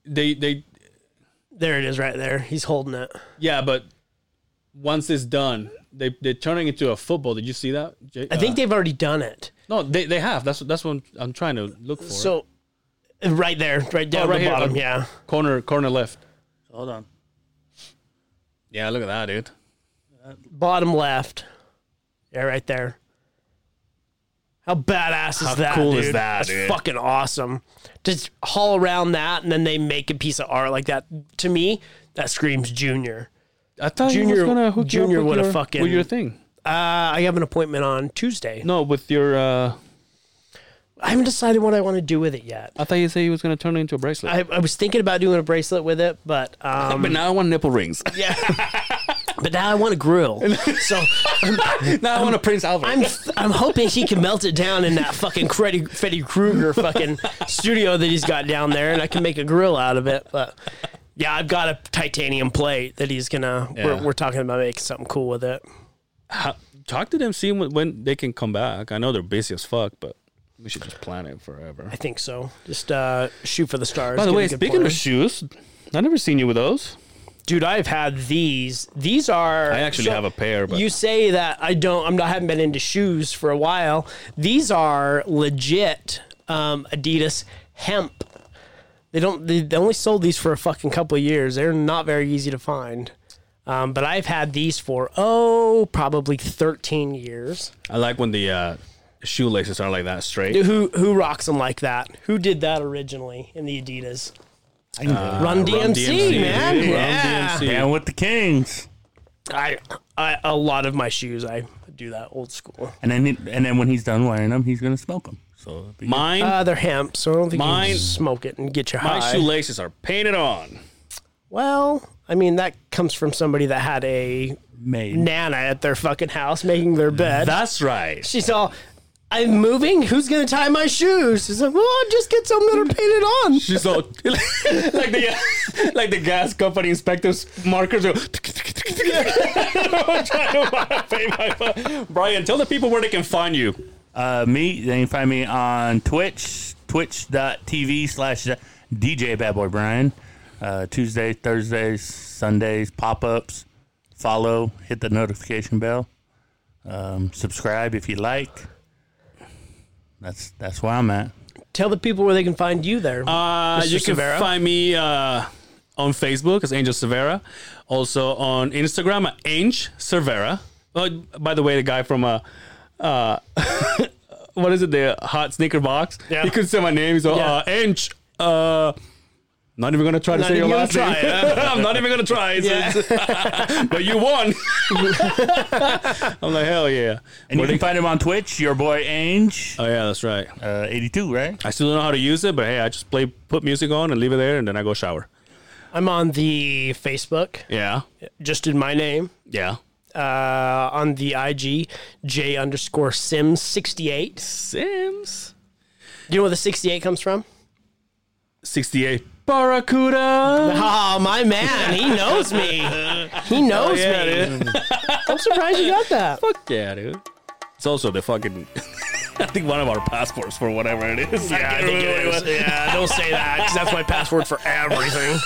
S3: they they
S2: There it is, right there. He's holding it.
S3: Yeah, but once it's done, they they're turning it to a football. Did you see that? Jay-
S2: I think
S3: uh,
S2: they've already done it.
S3: no, they they have. That's that's what I'm, I'm trying to look for.
S2: So, right there, right down
S3: right
S2: the
S3: here,
S2: bottom.
S3: um,
S2: yeah.
S3: corner corner left.
S4: Hold on.
S3: Yeah, look at that, dude.
S2: bottom left. Yeah, right there. How badass is
S3: How
S2: that?
S3: cool is
S2: dude?
S3: that,
S2: That's
S3: dude?
S2: fucking awesome. Just haul around that, and then they make a piece of art like that. To me, that screams Junior.
S3: I thought
S2: you was Junior- gonna hook you up Junior with would've your- fucking-
S3: with your thing.
S2: Uh, I have an appointment on Tuesday.
S3: No, with your. Uh,
S2: I haven't decided what I want to do with it yet.
S3: I thought you said he was gonna turn it into a bracelet.
S2: I, I was thinking about doing a bracelet with it, but um,
S3: but now I want nipple rings.
S2: but now I want to grill. So
S3: now I want a Prince Albert.
S2: I'm I'm hoping he can melt it down in that fucking Freddy, Freddy Krueger fucking studio that he's got down there, and I can make a grill out of it. But yeah, I've got a titanium plate that he's gonna.
S3: Yeah.
S2: We're, we're talking about making something cool with it.
S3: How- talk to them, see when, when they can come back. I know they're busy as fuck, but we should just plan it forever.
S2: I think so. Just uh, shoot for the stars.
S3: By the
S2: get a
S3: way,
S2: good
S3: speaking
S2: plan.
S3: of shoes, I never seen you with those.
S2: dude, I've had these. These are.
S3: I actually have a pair, but-
S2: you say that I don't. I'm not. I haven't been into shoes for a while. These are legit um, Adidas hemp. They don't. They, they only sold these for a fucking couple of years. They're not very easy to find. Um, but I've had these for oh, probably 13 years.
S3: I like when the uh, shoelaces are like that straight.
S2: Who who rocks them like that? Who did that originally in the Adidas?
S3: Uh,
S2: Run, DMC,
S3: DMC,
S2: man.
S3: dude. Run
S2: yeah.
S3: DMC.
S4: Down with the Kings.
S2: I, I a lot of my shoes I do that old school.
S4: And then, it- and then when he's done wearing them, he's gonna smoke them. So it'd be
S3: Mine,
S2: Uh, they're hemp, so I don't think you
S3: Mine-
S2: can smoke it and get your
S3: my
S2: high.
S3: shoelaces are painted on.
S2: well, I mean that comes from somebody that had a
S4: made.
S2: nana at their fucking house making their bed.
S3: That's right.
S2: She's all, "I'm moving. Who's gonna tie my shoes?" She's like, "Well, I'll just get some that are painted on."
S3: She's so like the uh, like the gas company inspectors markers. Go, I'm trying to pay my- Brian, tell the people where they can find you.
S4: Uh, me, they can find me on Twitch, twitch.tv slash DJ Bad Boy Brian. Uh, Tuesdays, Thursdays, Sundays, pop ups. Follow, hit the notification bell. Um, subscribe if you like. That's that's where I'm at.
S2: Tell the people where they can find you there.
S3: Uh,
S2: Mr.
S3: you can
S2: Severa?
S3: find me uh, on Facebook as Angel Severa. Also on Instagram at Ange Severa. Oh, by the way, the guy from uh, uh, what is it? The hot sneaker box.
S2: Yeah.
S3: He could say my name. He's all,
S2: Yeah.
S3: uh, Ange. Uh, not even gonna try to
S2: Not
S3: say your
S2: even gonna
S3: last name.
S2: try, huh?
S3: I'm not even gonna try. It's- it's- but you won. I'm like hell yeah.
S4: And
S3: Where
S4: you
S3: they-
S4: can find him on Twitch, your boy Ange,
S3: oh yeah, that's right.
S4: uh, 82, right?
S3: I still don't know how to use it, but hey, I just play, put music on, and leave it there, and then I go shower.
S2: I'm on the Facebook,
S3: Yeah,
S2: just in my name.
S3: yeah.
S2: Uh, on the IG, J underscore Sims sixty eight.
S3: Sims.
S2: Do you know where the 68 comes from?
S3: 68. Barracuda.
S2: Oh, my man. He knows me.
S3: Oh,
S2: He knows me. I'm surprised you got that.
S3: Fuck yeah, dude. It's also the fucking. I think one of our passports for whatever it is. Yeah,
S2: I think it is. Yeah, don't say that because that's my password for everything.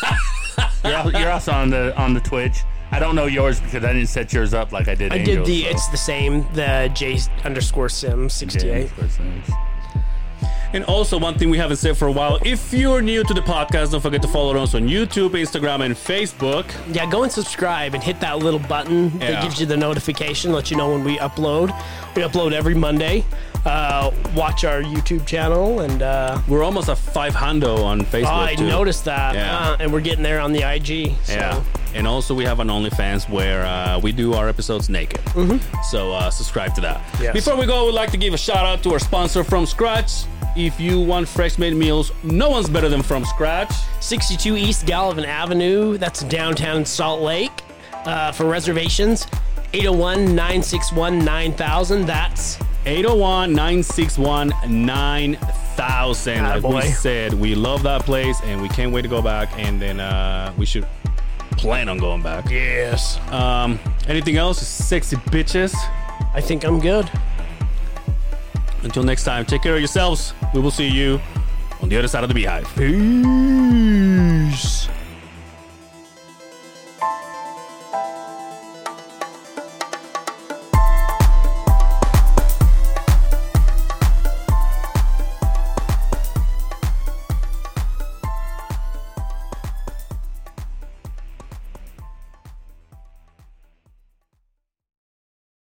S4: You're, al- you're also on the on the Twitch. I don't know yours because I didn't set yours up like I did.
S2: I did
S4: Angel's,
S2: the,
S4: so-
S2: it's the same, the J underscore Sim 68.
S3: And also, one thing we haven't said for a while if you're new to the podcast, don't forget to follow us on YouTube, Instagram, and Facebook.
S2: Yeah, go and subscribe and hit that little button
S3: Yeah.
S2: that gives you the notification, let you know when we upload. We upload every Monday. Uh, watch our YouTube channel and uh, oh,
S3: We're almost at 500 on Facebook.
S2: I
S3: too.
S2: noticed that.
S3: Yeah.
S2: Uh, and we're getting there on the IG. So.
S3: Yeah. And also, we have an OnlyFans where uh, we do our episodes naked. So uh, subscribe to that.
S2: Mm-hmm. Yes.
S3: Before we go, we'd like to give a shout out to our sponsor from Scratch. if you want fresh made meals, no one's better than from scratch.
S2: 62 East Gallivan Avenue. That's downtown Salt Lake. Uh, for reservations, 801 961 9000. That's
S3: 801 961 9000. Like
S2: Attaboy.
S3: we said, we love that place and we can't wait to go back. And then uh, we should plan on going back.
S2: yes.
S3: Um, anything else? Sexy bitches.
S2: I think I'm good.
S3: Until next time, take care of yourselves. We will see you on the other side of the beehive.
S2: Peace.